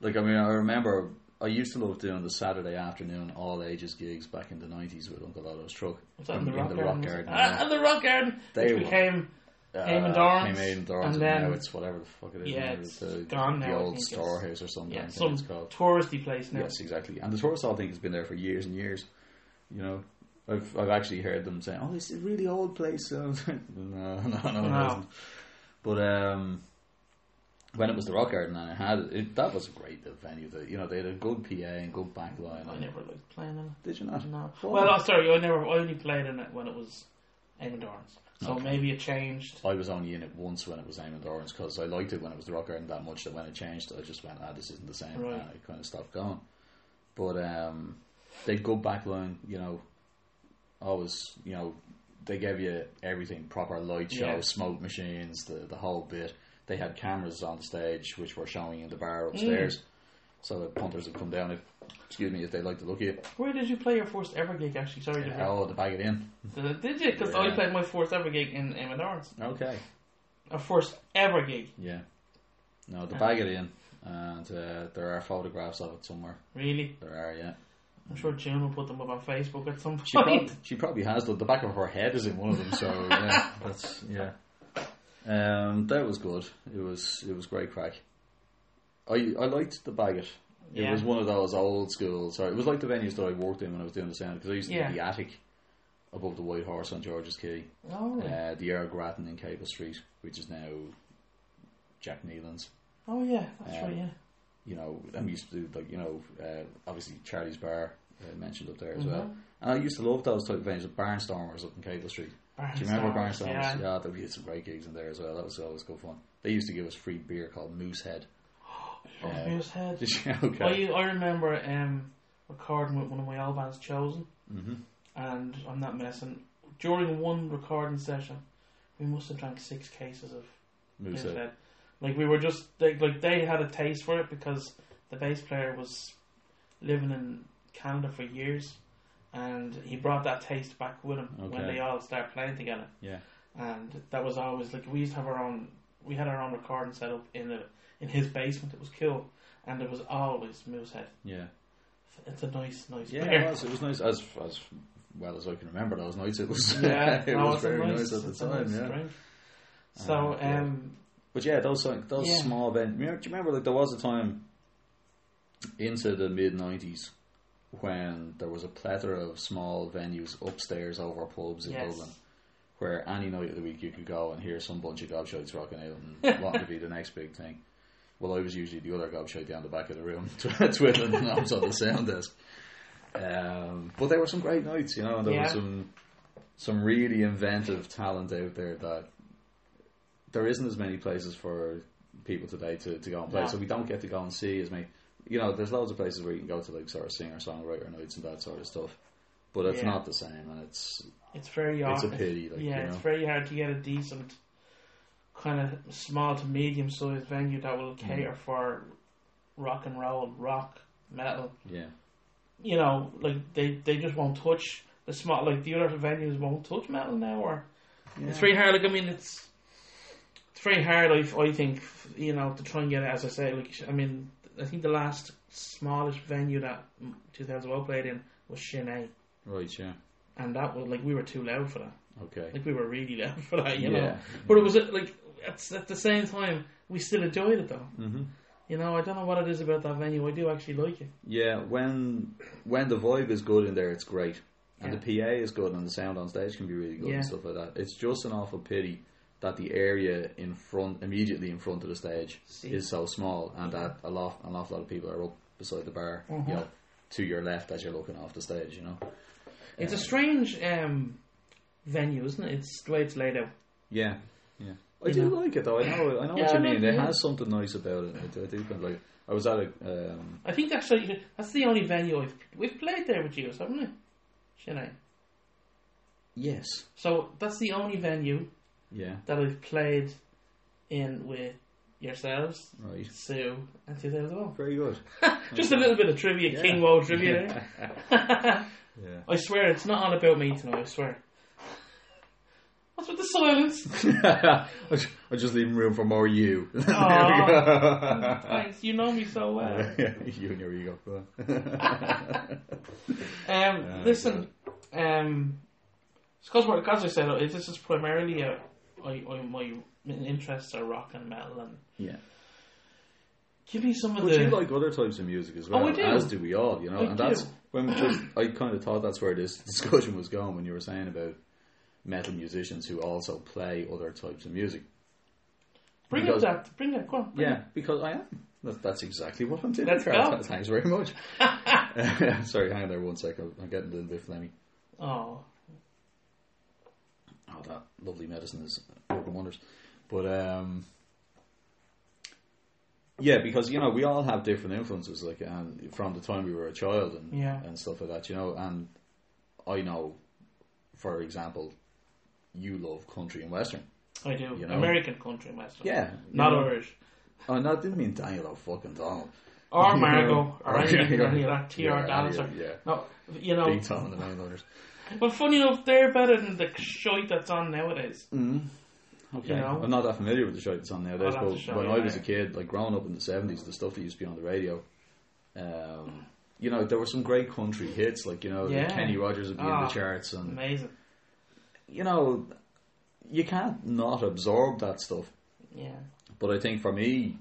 S2: Like, I mean, I remember I used to love doing the Saturday afternoon all ages gigs back in the 90s with Uncle Otto's truck.
S1: Was that in the,
S2: in
S1: rock,
S2: the
S1: garden,
S2: rock
S1: was it?
S2: garden.
S1: Ah,
S2: yeah.
S1: and the rock garden,
S2: They
S1: which
S2: were-
S1: became
S2: Uh,
S1: Eamon Dorrance,
S2: came Eamon Dorrance,
S1: and
S2: and
S1: then-
S2: now it's whatever the fuck it is.
S1: Yeah,
S2: now,
S1: it's
S2: the,
S1: gone
S2: the
S1: now, I
S2: old
S1: think it's-
S2: storehouse or something. I
S1: yeah,
S2: think
S1: some
S2: it's called.
S1: touristy place now.
S2: Yes, exactly. And the tourist hall thing has been there for years and years. You know, I've I've actually heard them saying, "Oh, this is a really old place." no, no, no,
S1: No.
S2: it isn't. But um, when it was the Rock Garden, and I had it, it that was a great little venue. That you know, they had a good PA and good back line.
S1: I
S2: and-
S1: never liked playing in
S2: Did you
S1: it.
S2: not?
S1: No.
S2: Oh.
S1: Well, oh, sorry, I never. I only played in it when it was Eamon Dorrance. So maybe it changed.
S2: I was only in it once when it was Eamon Dorrance because I liked it when it was the Rock Garden that much that when it changed, I just went, ah, this isn't the same.
S1: Right.
S2: And I kind of stopped going. But um, they go back line, you know, always, you know, they gave you everything proper light show,
S1: Yeah.
S2: smoke machines, the, the whole bit. They had cameras on the stage which were showing in the bar
S1: Mm.
S2: upstairs. So the punters would come down if, excuse me, if they liked to look at you.
S1: Where did you play your first ever gig? Actually, sorry. to
S2: Oh, the bag it in.
S1: interrupt. Did you? Because I
S2: Yeah.
S1: played my first ever gig in Eamon Dorrance.
S2: Okay.
S1: A first ever gig,
S2: Yeah. No,
S1: Uh-huh.
S2: the bag it in, and uh, there are photographs of it somewhere.
S1: really.
S2: There are, yeah.
S1: I'm sure June will put them up on Facebook at some
S2: She probably,
S1: point.
S2: she probably has the, the back of her head is in one of them. So yeah, that's yeah. Um, that was good. It was it was great crack. I I liked the Bagot. It
S1: Yeah.
S2: was one of those old school. Sorry, it was like the venues that I worked in when I was doing the sound because I used to
S1: Yeah.
S2: do the attic above the White Horse on George's Quay,
S1: Oh, really?
S2: uh, the Air Grattan in Cable Street, which is now Jack Nealon's.
S1: oh yeah, that's
S2: um,
S1: right. Yeah.
S2: you know, and we used to do like you know, uh, obviously Charlie's Bar uh, mentioned up there as
S1: Mm-hmm.
S2: well. And I used to love those type of venues, the Barnstormers up in Cable Street. Do you remember
S1: Barnstormers,
S2: Barnstormers?
S1: yeah.
S2: yeah there we had some great gigs in there as well. That was always good fun. They used to give us free beer called Moosehead.
S1: Oh,
S2: Uh,
S1: Moose Head.
S2: Did you? Okay.
S1: I, I remember um, recording with one of my old bands, Chosen,
S2: Mhm.
S1: and I'm not messing. During one recording session, we must have drank six cases of
S2: Moosehead.
S1: Moosehead. Like we were just like, like they had a taste for it because the bass player was living in Canada for years, and he brought that taste back with him when
S2: Okay.
S1: they all started playing together
S2: Yeah.
S1: and that was always like we used to have our own we had our own recording set up in a in his basement it was cool and there was always Moosehead
S2: Yeah.
S1: it's a nice nice
S2: Yeah.
S1: beer.
S2: It was. It was nice as as well as I can remember those nights. It was.
S1: yeah
S2: it
S1: no,
S2: was
S1: it's a
S2: very nice, at the
S1: it's a
S2: time.
S1: nice
S2: yeah.
S1: drink. so
S2: yeah.
S1: um
S2: But yeah, those like, those
S1: Yeah.
S2: small venues. Do you remember like there was a time into the mid '90s when there was a plethora of small venues upstairs over pubs in
S1: Yes.
S2: Dublin, where any night of the week you could go and hear some bunch of gobshites rocking out and wanting to be the next big thing. Well, I was usually the other gobshite down the back of the room, twiddling the knobs on the sound desk. Um, but there were some great nights, you know, and there
S1: Yeah.
S2: were some some really inventive talent out there that there isn't as many places for people today to, to go and play,
S1: No.
S2: so we don't get to go and see as many. You know, there's loads of places where you can go to like sort of singer songwriter nights and that sort of stuff, but it's
S1: Yeah.
S2: not the same, and it's
S1: it's very
S2: it's a
S1: hard
S2: pity. Like,
S1: yeah
S2: you know?
S1: it's very hard to get a decent kind of small to medium sized venue that
S2: Mm.
S1: will cater for rock and roll rock metal
S2: yeah,
S1: you know, like they, they just won't touch the small like the other venues won't touch metal now or it's very hard. Like I mean, it's it's very hard. I I think you know to try and get it. As I say, like I mean, I think the last smallest venue that 2012 played in was Shin A,
S2: right, yeah,
S1: and that was like we were too loud for that.
S2: okay,
S1: Like we were really loud for that, you know.
S2: Yeah.
S1: But it was uh, like at, at the same time we still enjoyed it though.
S2: Mhm.
S1: You know, I don't know what it is about that venue. I do actually like it.
S2: yeah. When when the vibe is good in there, it's great. And
S1: Yeah.
S2: the PA is good, and the sound on stage can be really good
S1: Yeah.
S2: and stuff like that. It's just an awful pity that the area in front, immediately in front of the stage,
S1: See.
S2: is so small, and that a lot, an awful lot of people are up beside the bar, you know, to your left as you're looking off the stage. You know,
S1: It's a strange um, venue, isn't it? It's the way it's laid out.
S2: yeah, yeah. I
S1: You
S2: do
S1: know.
S2: like it though. I know, I know
S1: Yeah,
S2: what
S1: I
S2: you mean.
S1: know,
S2: It
S1: yeah.
S2: has something nice about it. I, do- I do think like I was at a. Um,
S1: I think that's like, that's the only venue I've, we've played there with you, haven't we? Shanae.
S2: yes.
S1: So that's the only venue
S2: Yeah.
S1: that I've played in with yourselves,
S2: Right.
S1: Sue, and Suzanne as well.
S2: Very good.
S1: Just a little bit of trivia,
S2: Yeah.
S1: King Woe trivia. there.
S2: Yeah.
S1: I swear it's not all about me tonight. I swear. What's with the silence?
S2: I ju- I just leaving room for more you. There we go.
S1: Thanks, you know me so well.
S2: you and your ego.
S1: Um,
S2: Yeah,
S1: listen, um, because what as I said, uh, this is primarily a, I, I, my interests are rock and metal, and
S2: yeah.
S1: give me some of
S2: But
S1: the.
S2: you like other types of music as well,
S1: Oh, I do.
S2: as do we all, you know.
S1: I
S2: and that's
S1: do.
S2: when just I kind of thought that's where this discussion was going when you were saying about metal musicians who also play other types of music.
S1: bring
S2: because-
S1: up that. Bring up. Go on. Bring
S2: Yeah, because I am. That's, that's exactly what I'm doing.
S1: Let's go.
S2: Carl. Thanks very much. Sorry, hang on there one second. I'm getting a little bit phlegmy.
S1: it. Oh,
S2: Oh, that lovely medicine is working wonders. But um, yeah, because you know we all have different influences, like and from the time we were a child and
S1: Yeah.
S2: and stuff like that, you know. And I know, for example, you love country and western.
S1: I do.
S2: You know?
S1: American country western.
S2: Yeah, you
S1: Not
S2: know.
S1: Irish.
S2: Oh no, I didn't mean Daniel O'Fucking Donald.
S1: Or Margot, or
S2: Yeah.
S1: any, any of that T.R.
S2: Yeah,
S1: Dallas.
S2: yeah,
S1: or-
S2: yeah.
S1: No, you know,
S2: Big Tom and the Mainlanders.
S1: But funny enough, they're better than the shite that's on nowadays.
S2: Mm. Okay,
S1: You know?
S2: I'm not that familiar with the show that's on nowadays,
S1: I'll have to show
S2: but when
S1: you
S2: I was a
S1: later.
S2: kid, like growing up in the seventies, the stuff that used to be on the radio, um, you know, there were some great country hits, like you know,
S1: Yeah.
S2: Kenny Rogers would be in
S1: Ah,
S2: the charts, and
S1: Amazing.
S2: you know, you can't not absorb that stuff.
S1: Yeah.
S2: But I think for me,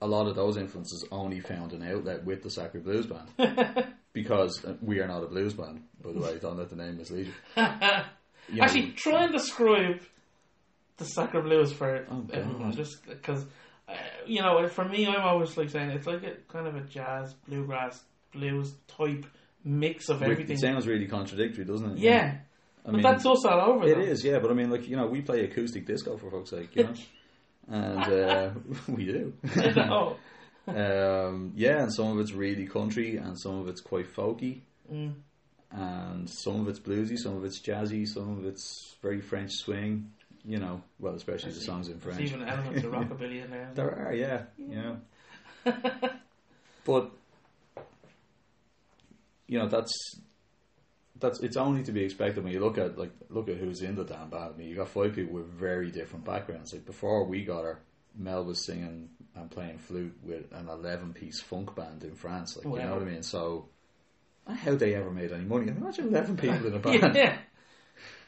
S2: a lot of those influences only found an outlet with the Sacred Blues Band. because uh, we are not a blues band, by the way, don't let the name mislead you. You know,
S1: Actually, try and describe the Sacred Blues for
S2: Oh, God.
S1: everyone, just because uh, you know. For me, I'm always like saying it's like a kind of a jazz, bluegrass, blues type mix of
S2: it
S1: everything.
S2: sounds really contradictory, doesn't it?
S1: yeah,
S2: I
S1: but that's us all over.
S2: It
S1: though.
S2: is, yeah. But I mean, like you know, we play acoustic disco for fuck's sake, you know, and uh, we do.
S1: You know?
S2: um, yeah, and some of it's really country, and some of it's quite folky,
S1: Mm.
S2: and some of it's bluesy, some of it's jazzy, some of it's very French swing. You know, well, especially the songs in
S1: There's
S2: French.
S1: even elements of rockabilly in there.
S2: There are, yeah, yeah. but you know, that's that's it's only to be expected when you look at like look at who's in the damn band. I mean, you got five people with very different backgrounds. Like before we got her, Mel was singing and playing flute with an eleven-piece funk band in France. Like, you know
S1: Wow.
S2: what I mean? So. I don't know How they ever made any money? Imagine eleven people in a band.
S1: yeah,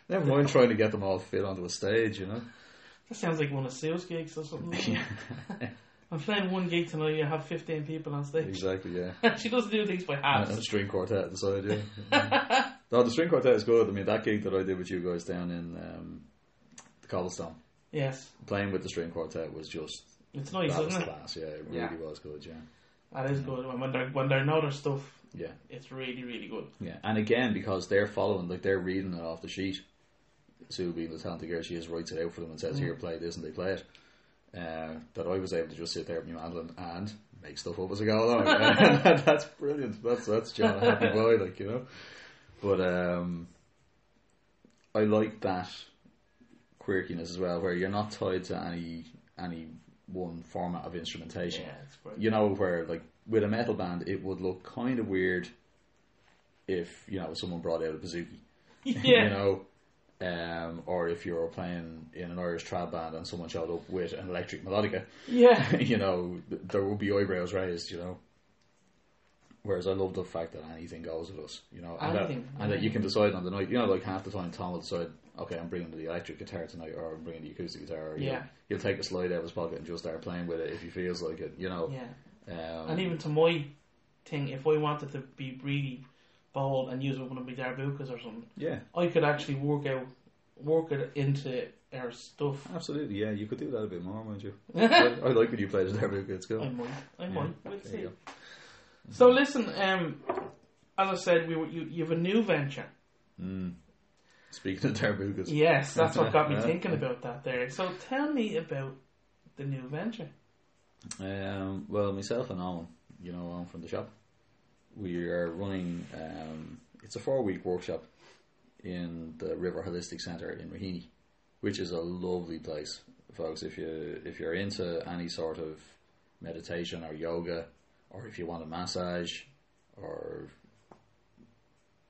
S2: Never mind trying to get them all fit onto a stage, you know.
S1: that sounds like one of sales gigs or something. I'm playing one gig tonight. You have 15 people on stage.
S2: Exactly, Uh, yeah.
S1: she doesn't do things by
S2: And
S1: halves.
S2: and a string quartet at the side, yeah. no, the string quartet is good. I mean, that gig that I did with you guys down in um, the cobblestone,
S1: Yes,
S2: playing with the string quartet was just
S1: it's nice,
S2: that was
S1: isn't it?
S2: class. Yeah, it really
S1: Yeah.
S2: was good. Yeah,
S1: That is good. When they're when they know their stuff,
S2: yeah,
S1: it's really really good.
S2: yeah. And again, because they're following, like they're reading it off the sheet. Sue, being the talented girl she is, writes it out for them and says, "Here, play this," and they play it. Uh, that I was able to just sit there with my mandolin and make stuff up as I go along. that's brilliant. That's that's John a happy boy, like you know. But um, I like that quirkiness as well, where you're not tied to any any one format of instrumentation.
S1: Yeah, it's great.
S2: You know, where like with a metal band, it would look kind of weird if you know someone brought out a bazooki,
S1: Yeah,
S2: you know, um, or if you were playing in an Irish trad band and someone showed up with an electric melodica
S1: yeah,
S2: you know, th- there will be eyebrows raised, you know. Whereas I love the fact that anything goes with us, you know, and, that,
S1: Anything,
S2: and that you can decide on the night. You know, like half the time Tom will decide, okay, I'm bringing the electric guitar tonight, or I'm bringing the acoustic guitar. Or
S1: Yeah.
S2: He'll, he'll take a slide out of his pocket and just start playing with it if he feels like it, you know.
S1: yeah.
S2: Um,
S1: And even to my thing, if I wanted to be really bowl and use it with one of my darbukas or something.
S2: Yeah,
S1: I could actually work out, work it into our stuff.
S2: absolutely. Yeah, you could do that a bit more, mind you. I, I like when you play the Derby. It's
S1: I
S2: cool.
S1: might, I
S2: Yeah,
S1: might. We'll
S2: there
S1: see.
S2: you go.
S1: So listen, um, as I said, we were, you you have a new venture.
S2: Mm. Speaking of Derby,
S1: Yes, that's what got me
S2: Yeah.
S1: thinking about that there. So tell me about the new venture.
S2: Um, well, myself and Owen, you know, Owen from the shop, we are running. Um, it's a four-week workshop in the River Holistic Centre in Rahini, which is a lovely place, folks. If you if you're into any sort of meditation or yoga, or if you want a massage, or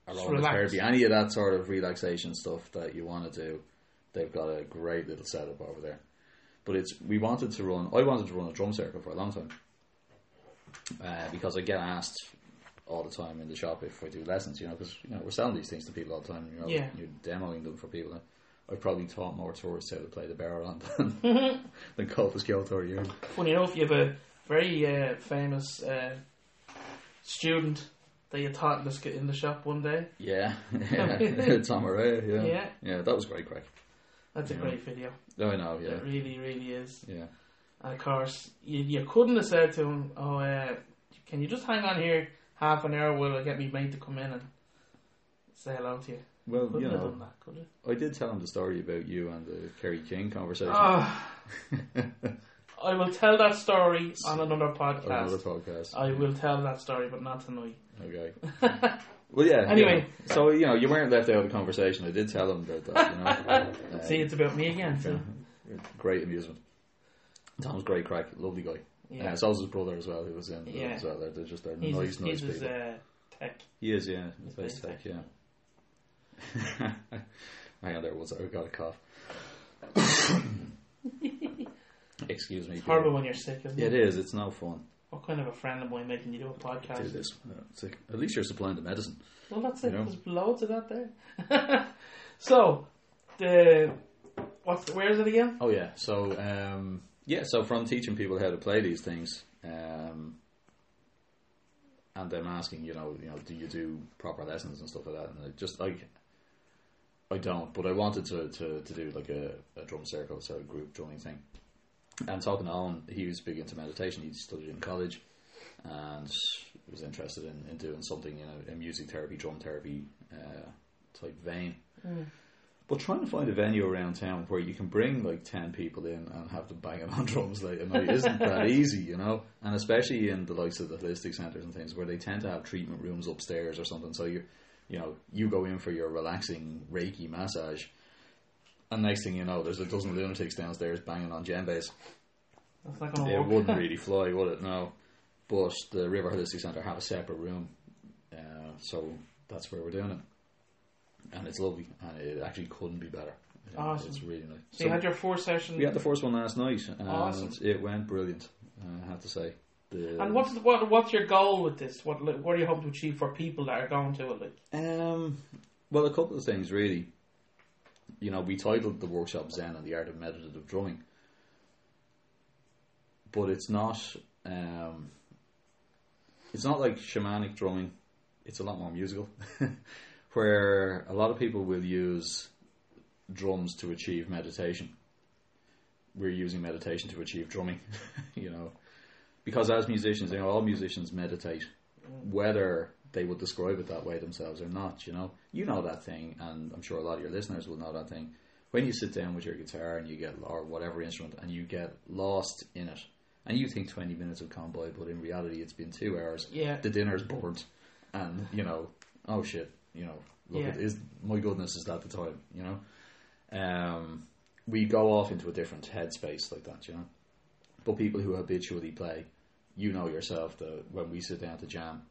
S1: relax.
S2: aromatherapy, any of that sort of relaxation stuff that you want to do, they've got a great little setup over there but it's we wanted to run. I wanted to run a drum circle for a long time uh, because I get asked all the time in the shop if I do lessons. You know, because you know we're selling these things to people all the time. You know,
S1: Yeah.
S2: you're demoing them for people. I probably taught more tourists how to play the barrel on than than Corpus Kyoto you.
S1: Funny enough, you have a very uh, famous uh, student that you taught in the, sk- in the shop one day.
S2: Yeah, yeah, Tom Araya, yeah. yeah,
S1: Yeah,
S2: That was great, crack.
S1: that's a
S2: Yeah.
S1: great video.
S2: I know,
S1: It
S2: yeah,
S1: really, really is.
S2: yeah,
S1: And of course, you, you couldn't have said to him, "Oh, uh, can you just hang on here half an hour while I get me mate to come in and say hello to you?"
S2: Well,
S1: Couldn't
S2: you
S1: have
S2: know,
S1: done that, could you?
S2: I did tell him the story about you and the Kerry King conversation
S1: Ah, I will tell that story on another
S2: on another
S1: podcast.
S2: podcast.
S1: I will tell that story, but not tonight.
S2: Okay. well, yeah.
S1: Anyway.
S2: yeah. so you know, you weren't left out of the conversation. I did tell him about that. You know, Uh,
S1: See, it's about me again. So.
S2: great amusement. Tom's great crack, lovely guy. Yeah,
S1: Yeah,
S2: it's also his brother as well who was in the-
S1: Yeah.
S2: as well. They're they're just they're
S1: he's
S2: nice, nice
S1: he's his,
S2: people.
S1: uh, tech.
S2: he is, yeah,
S1: he's
S2: he's nice
S1: very
S2: tech, yeah. Hang on, there was I got a cough. Excuse me.
S1: It's
S2: people.
S1: horrible when you're sick, isn't
S2: Yeah,
S1: it?
S2: it is. It's no fun.
S1: What kind of a friend am I making you do a
S2: Do
S1: podcast?
S2: this. Uh, it's like- At least you're supplying the medicine.
S1: Well, that's
S2: You
S1: it.
S2: know?
S1: There's loads of that there. so, the what's the, where is it again?
S2: Oh yeah. So um, yeah. So from teaching people how to play these things, um, and them asking, you know, you know, do you do proper lessons and stuff like that? And I just like, I don't, but I wanted to to, to do like a, a drum circle, so a group drumming thing. And talking to Owen, he was big into meditation. He studied in college, and was interested in, in doing something in a, a music therapy, drum therapy uh, type vein. But try and find a venue around town where you can bring like ten people in and have them banging on drums late at night isn't that easy, you know? And especially in the likes of the holistic centres and things where they tend to have treatment rooms upstairs or something. So you, you know, you go in for your relaxing Reiki massage, and next thing you know, there's a dozen lunatics downstairs banging on djembes.
S1: That's not going to
S2: It
S1: work.
S2: wouldn't really fly, would it? No. But the River Holistic Centre have a separate room, uh, so that's where we're doing it, and it's lovely, and it actually couldn't be better. You know,
S1: Awesome.
S2: It's really nice.
S1: So
S2: So
S1: you had your four sessions.
S2: we had the first one last night, and
S1: Awesome.
S2: it went brilliant. I have to say. The,
S1: and what's the, what what's your goal with this? What like, what are you hoping to achieve for people that are going to it? Like,
S2: Um, well, a couple of things really. You know, we titled the workshop "Zen and the Art of Meditative Drumming," but it's not. Um, it's not like shamanic drumming. It's a lot more musical, where a lot of people will use drums to achieve meditation. We're using meditation to achieve drumming, you know, because as musicians, you know, all musicians meditate whether they would describe it that way themselves or not. You know, you know that thing, and I'm sure a lot of your listeners will know that thing. When you sit down with your guitar and you get or whatever instrument and you get lost in it, and you think 20 minutes have gone by, but in reality it's been two hours.
S1: Yeah.
S2: the dinner's burnt, and you know, oh shit, you know, look,
S1: Yeah.
S2: at is my goodness, is that the time? You know, um, we go off into a different headspace like that. You know, but people who habitually play, you know yourself that when we sit down to jam,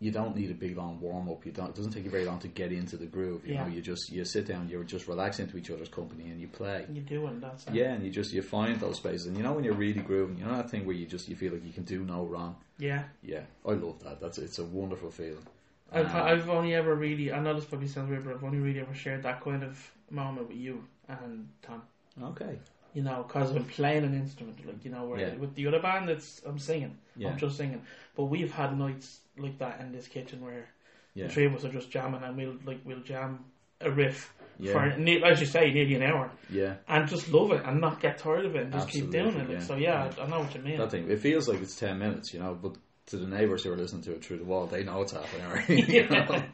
S2: you don't need a big long warm up. You don't. It doesn't take you very long to get into the groove. You
S1: Yeah.
S2: know, you just you sit down, you just relax into each other's company, and you play.
S1: you're doing that's it.
S2: Yeah, and you just you find those spaces, and you know when you're really grooving, you know that thing where you just you feel like you can do no wrong.
S1: yeah.
S2: Yeah, I love that. That's it's a wonderful feeling.
S1: I've,
S2: Um,
S1: I've only ever really I know this probably sounds weird, but I've only really ever shared that kind of moment with you and Tom.
S2: Okay.
S1: you know, because I'm playing an instrument, like you know, where
S2: Yeah.
S1: with the other band, it's I'm singing,
S2: Yeah.
S1: I'm just singing. But we've had nights like that in this kitchen where
S2: Yeah.
S1: The three of us are just jamming, and we'll like we'll jam a riff
S2: Yeah.
S1: for ne- as you say nearly an hour,
S2: Yeah.
S1: and just love it and not get tired of it and just keep doing it.
S2: Absolutely,
S1: Like,
S2: yeah.
S1: So yeah, I, I know what you mean.
S2: That thing. It feels like it's ten minutes, you know, but to the neighbours who are listening to it through the wall, they know it's half an hour. you know?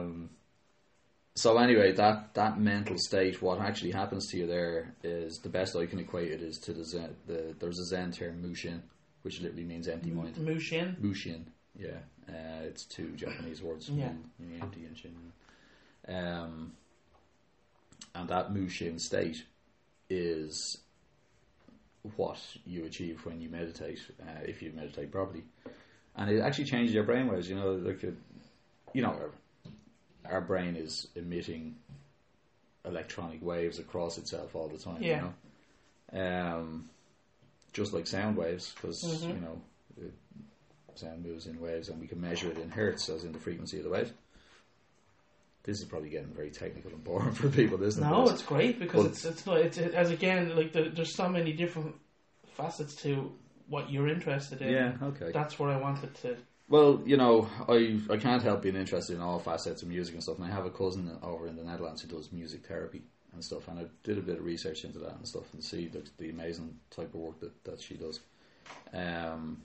S2: um, so anyway, that that mental state, what actually happens to you there is the best I can equate it is to the Zen. The, there's a Zen term mushin, which literally means empty mind.
S1: Mushin.
S2: Mushin. Yeah, uh, it's two Japanese words.
S1: Yeah.
S2: Yin- yin and shin. Um, and that Mushin state is what you achieve when you meditate, uh, if you meditate properly, and it actually changes your brainwaves. You know, like it, you know, our, our brain is emitting electronic waves across itself all the time.
S1: Yeah.
S2: You know, um, just like sound waves, because
S1: Mm-hmm.
S2: you know it, sound moves in waves, and we can measure it in hertz, as in the frequency of the wave. This is probably getting very technical and boring for people, isn't it?
S1: No,
S2: But
S1: it's great because
S2: Well-
S1: it's it's not it's it, as again like there, there's so many different facets to what you're interested in.
S2: yeah, okay.
S1: that's where I wanted to.
S2: Well, you know, I I can't help being interested in all facets of music and stuff. And I have a cousin over in the Netherlands who does music therapy and stuff. And I did a bit of research into that and stuff and see the, the amazing type of work that, that she does. Um,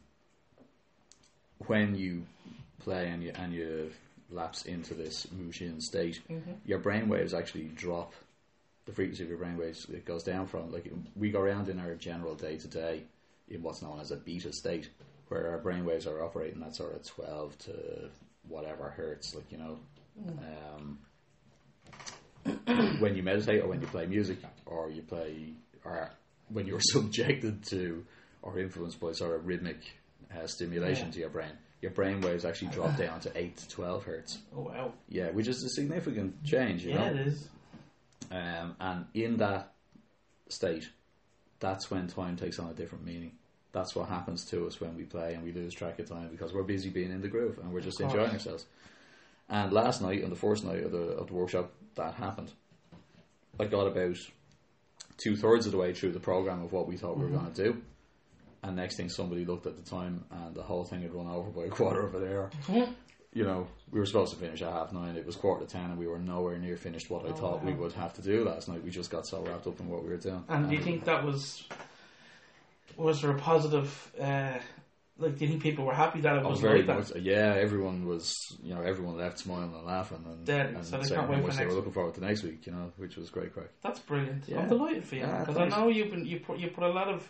S2: when you play and you and you lapse into this mushin state,
S1: Mm-hmm.
S2: your brain waves actually drop. The frequency of your brain waves it goes down from like we go around in our general day to day in what's known as a beta state, where our brain waves are operating at sort of twelve to whatever hertz, like you know.
S1: Mm.
S2: Um, when you meditate or when you play music or you play or when you're subjected to or influenced by sort of rhythmic uh, stimulation
S1: Yeah.
S2: to your brain, your brain waves actually drop down to eight to twelve hertz.
S1: Oh wow!
S2: Yeah, which is a significant change, you
S1: Yeah,
S2: know.
S1: it is.
S2: Um, and in that state, that's when time takes on a different meaning. That's what happens to us when we play and we lose track of time because we're busy being in the groove and we're just
S1: course.
S2: enjoying ourselves. And last night, on the first night of the, of the workshop, that happened. I got about two thirds of the way through the program of what we thought we were
S1: Mm-hmm.
S2: going to do. And next thing, somebody looked at the time, and the whole thing had run over by a quarter of an hour.
S1: Mm-hmm.
S2: You know, we were supposed to finish at half nine. It was quarter to ten, and we were nowhere near finished what I
S1: Oh,
S2: thought we would have to do last night. We just got so wrapped up in what we were doing.
S1: And do you think that was was there a positive? Uh, like, do you think people were happy that it
S2: I
S1: was
S2: was very
S1: like that?
S2: much, yeah, everyone was, you know, everyone left smiling and laughing and,
S1: Dead,
S2: and
S1: so they
S2: saying
S1: can't
S2: how
S1: wait for
S2: much
S1: next
S2: they were
S1: week.
S2: looking forward to next week, you know, which was great crack.
S1: That's brilliant.
S2: Yeah.
S1: I'm delighted for you
S2: Yeah,
S1: because I
S2: thanks.
S1: know you've been you put you put a lot of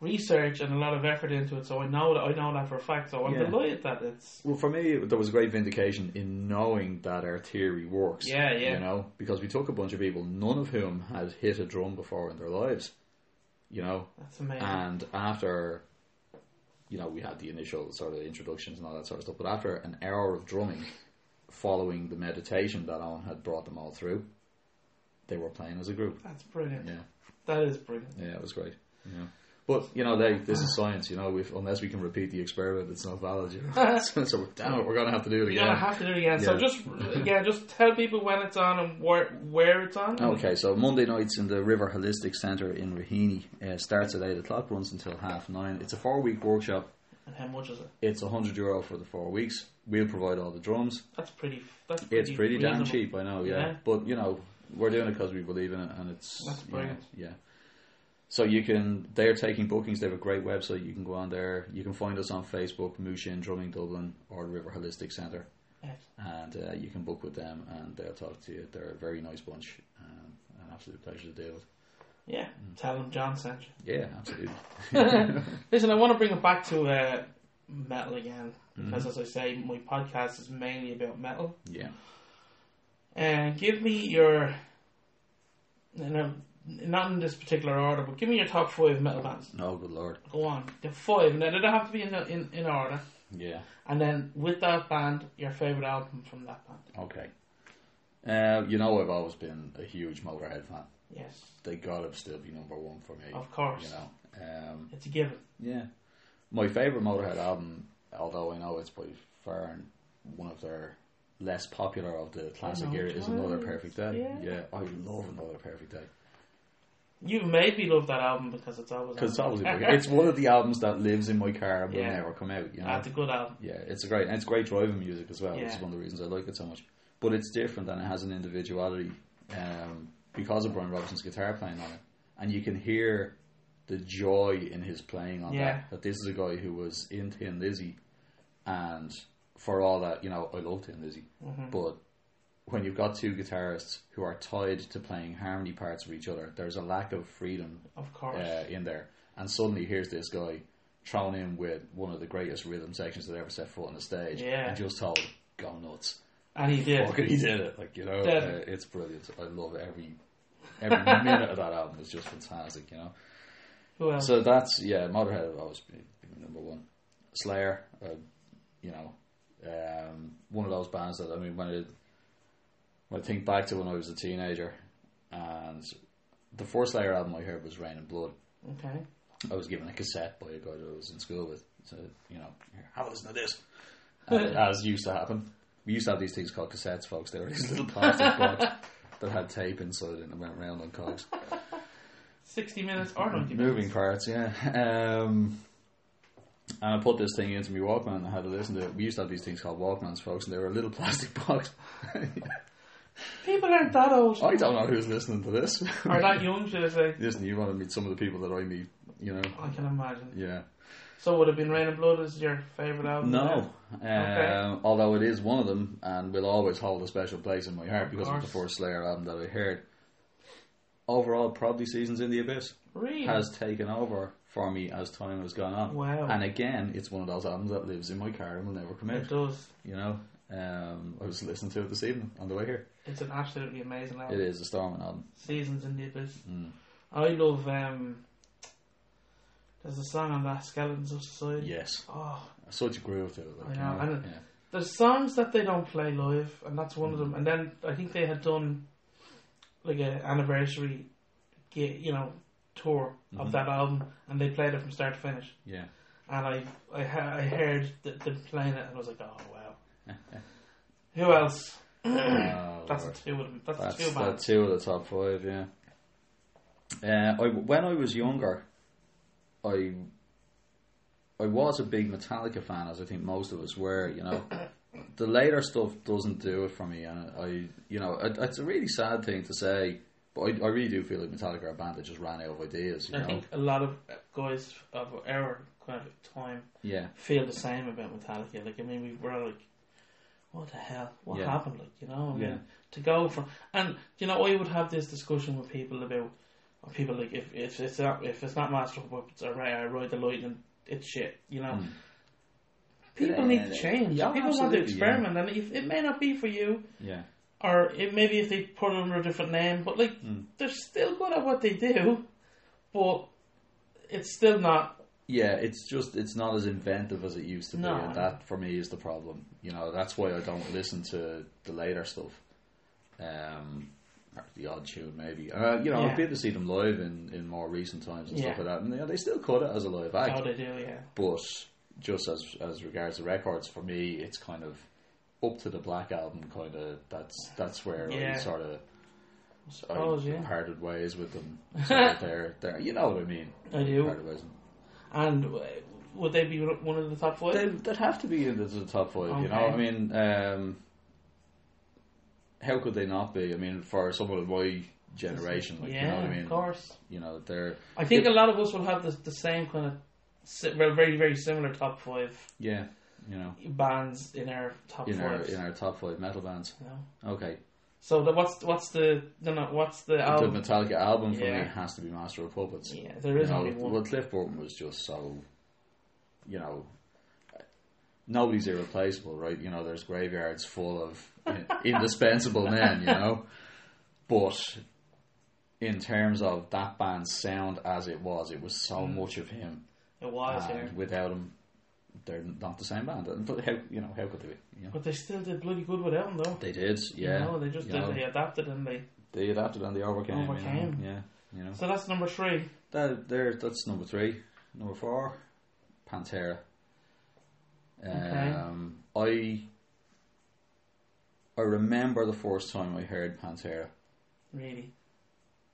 S1: research and a lot of effort into it. So I know that I know that for a fact. So I'm
S2: Yeah.
S1: delighted that it's
S2: Well, for me, there was great vindication in knowing that our theory works.
S1: Yeah, yeah.
S2: You know, because we took a bunch of people, none of whom had hit a drum before in their lives. You know,
S1: that's amazing.
S2: and after, you know, we had the initial sort of introductions and all that sort of stuff. But after an hour of drumming, following the meditation that Owen had brought them all through, they were playing as a group.
S1: that's brilliant.
S2: Yeah.
S1: That is brilliant.
S2: Yeah, it was great. Yeah. But you know, they, this is science. You know, we unless we can repeat the experiment, it's not valid. You know? so, we're damn it, we're gonna have to do
S1: You're
S2: it again.
S1: gonna have to do it again. So
S2: Yeah.
S1: just yeah, just tell people when it's on and where where it's on.
S2: Okay, so Monday nights in the River Holistic Centre in Raheny uh, starts at eight o'clock, runs until half nine. It's a four-week workshop.
S1: And how much is it?
S2: It's hundred euro for the four weeks. We'll provide all the drums.
S1: That's pretty. That's pretty
S2: It's pretty damn
S1: reasonable.
S2: cheap, I know. Yeah,
S1: Yeah.
S2: but you know, we're doing it because we believe in it, and it's
S1: That's
S2: yeah,
S1: brilliant.
S2: Yeah. So you can. They're taking bookings. They have a great website. You can go on there. You can find us on Facebook, Mushin Drumming Dublin, or River Holistic Centre,
S1: Yes.
S2: and uh, you can book with them, and they'll talk to you. They're a very nice bunch, um, an absolute pleasure to deal with.
S1: Yeah,
S2: Mm.
S1: tell them John sent you.
S2: Yeah, absolutely.
S1: Listen, I want to bring it back to uh, metal again
S2: Mm-hmm.
S1: because, as I say, my podcast is mainly about metal.
S2: yeah.
S1: And give me your, you know, not in this particular order, but give me your top five metal bands.
S2: Oh, good lord.
S1: Go on, the five. Now they don't have to be in in, in order.
S2: Yeah.
S1: And then with that band, your favorite album from that band.
S2: Okay. Uh, you know, I've always been a huge Motorhead fan.
S1: Yes,
S2: They gotta still be number one for me.
S1: Of course.
S2: You know. Um,
S1: it's a given.
S2: Yeah. My favourite Motorhead album, although I know it's by far and one of their less popular of the classic
S1: know
S2: era,
S1: it
S2: is Another
S1: was,
S2: Perfect Day.
S1: yeah.
S2: I love Another Perfect Day.
S1: You made me love that album because it's always
S2: because it's
S1: on.
S2: always a big- it's one of the albums that lives in my car and will
S1: Yeah.
S2: never come out. You know,
S1: That's a good album.
S2: yeah, it's a great and it's great driving music as well. It's
S1: Yeah.
S2: one of the reasons I like it so much. But it's different and it has an individuality um, because of Brian Robinson's guitar playing on it, and you can hear the joy in his playing on
S1: Yeah.
S2: that. That this is a guy who was in Tin Lizzy, and for all that you know, I love Tin Lizzy,
S1: Mm-hmm.
S2: but. When you've got two guitarists who are tied to playing harmony parts with each other, there's a lack of freedom
S1: Of course.
S2: uh, in there. And suddenly here's this guy thrown in with one of the greatest rhythm sections that ever set foot on the stage
S1: Yeah.
S2: and just told, go nuts.
S1: And he did.
S2: Fucking he did it. Like, you know,
S1: Did
S2: uh, it's brilliant. I love every every minute of that album. It's just fantastic, you know.
S1: Who else?
S2: So that's, yeah, Motorhead would always be be number one. Slayer, uh, you know, um, one of those bands that, I mean, when I, when I think back to when I was a teenager and the first Slayer album I heard was Rain and Blood.
S1: okay.
S2: I was given a cassette by a guy that I was in school with. So, you know, here, have a listen to this. And as used to happen. We used to have these things called cassettes, folks. They were these little plastic boxes that had tape inside it and went round on cogs.
S1: 60 minutes or 90 minutes.
S2: Moving parts, yeah. Um, and I put this thing into my Walkman and I had to listen to it. We used to have these things called Walkmans, folks, and they were a little plastic box.
S1: People aren't that old.
S2: I don't know who's listening to this.
S1: Or that young, should I say.
S2: Listen, you want to meet some of the people that I meet, you know?
S1: I can imagine.
S2: Yeah.
S1: So would it have been Rain and Blood as your favourite album?
S2: No,
S1: Okay.
S2: um, although it is one of them and will always hold a special place in my heart because it was the
S1: course.
S2: first Slayer album that I heard. Overall, probably Seasons in the Abyss
S1: Really?
S2: has taken over for me as time has gone on.
S1: Wow.
S2: And again, it's one of those albums that lives in my car and will never come
S1: It
S2: out.
S1: does.
S2: You know, um, I was listening to it this evening on the way here.
S1: It's an absolutely amazing album.
S2: It is Mm. a Storming album.
S1: Seasons in the Abyss. I love. um There's a song on that Skeletons of Society.
S2: Yes,
S1: Oh,
S2: such a groove to it. Like,
S1: I
S2: you
S1: know,
S2: know,
S1: and-
S2: yeah.
S1: there's songs that they don't play live, and that's one of them. And then I think they had done like an anniversary, gi- you know, tour
S2: Mm-hmm.
S1: of that album, and they played it from start to finish.
S2: yeah.
S1: And I I, ha- I heard th- them playing it, and I was like, oh wow. Who else?
S2: Oh,
S1: That's
S2: Lord.
S1: the two of them. That's,
S2: That's
S1: the two
S2: the
S1: bands.
S2: two of the top five, yeah. Uh, I, when I was younger, I I was a big Metallica fan, as I think most of us were. You know, the later stuff doesn't do it for me, and I, you know, it, it's a really sad thing to say, but I, I really do feel like Metallica are a band that just ran out of ideas. You
S1: I
S2: know,
S1: think a lot of guys of our kind of time
S2: yeah.
S1: feel the same about Metallica. Like I mean, we were like, "What the hell? What
S2: Yeah.
S1: happened?" Like you know, I mean,
S2: Yeah.
S1: to go from and you know, I would have this discussion with people about or people like if, if it's not if it's not Master of Puppets or Ray, I Ride the Lightning, it's shit. You know, people
S2: Yeah,
S1: need to
S2: yeah,
S1: change.
S2: Hmm. yeah,
S1: people want to
S2: absolutely, yeah.
S1: experiment, and if it may not be for you,
S2: Yeah,
S1: or it, maybe if they put it under a different name, but like
S2: Hmm.
S1: they're still good at what they do, but it's still not.
S2: yeah. It's just it's not as inventive as it used to
S1: No.
S2: be, and that for me is the problem. You know, that's why I don't listen to the later stuff. Um, or the odd tune maybe. Uh, you know,
S1: Yeah.
S2: I've been to see them live in, in more recent times and stuff
S1: Yeah.
S2: like that, and you know, they still cut it as a live act.
S1: How they do, yeah.
S2: But just as as regards the records, for me, it's kind of up to the Black album. Kind of that's that's where
S1: Yeah.
S2: I sort of
S1: I
S2: I
S1: suppose, yeah.
S2: parted ways with them. So that they're, they're, you know what I mean.
S1: I do.
S2: Parted ways.
S1: And uh, would they be one of the top five?
S2: They, they'd have to be in the, the top five, you know.
S1: Okay.
S2: I mean, um, how could they not be? I mean, for someone of my generation, like,
S1: yeah,
S2: you know what I mean.
S1: of course.
S2: You know, they're
S1: I think a lot of us will have the, the same kind of si- well, very very similar top five
S2: yeah, you know,
S1: bands in our top
S2: in our
S1: five.
S2: in our top five metal bands.
S1: you know?
S2: Okay,
S1: So the, what's what's the no no what's the album?
S2: the Metallica album for
S1: Um, Yeah.
S2: me has to be Master of Puppets.
S1: yeah, there is
S2: you
S1: only
S2: know,
S1: one.
S2: well, Cliff Burton was just so, you know, nobody's irreplaceable, right? You know, there's graveyards full of in- indispensable men, you know, but in terms of that band's sound as it was, it was so
S1: Mm.
S2: much of him,
S1: It was yeah.
S2: and without him, they're not the same band. And- But how you know how could they? Be, you know?
S1: but they still did bloody good without him though.
S2: They did, yeah.
S1: You know, they just
S2: you
S1: did,
S2: know,
S1: they adapted and they
S2: they adapted and they overcame. you know,
S1: Overcame.
S2: yeah, you know.
S1: so that's number three.
S2: That there, that's number three. Number four, Pantera. Um, I I remember the first time I heard Pantera,
S1: Really,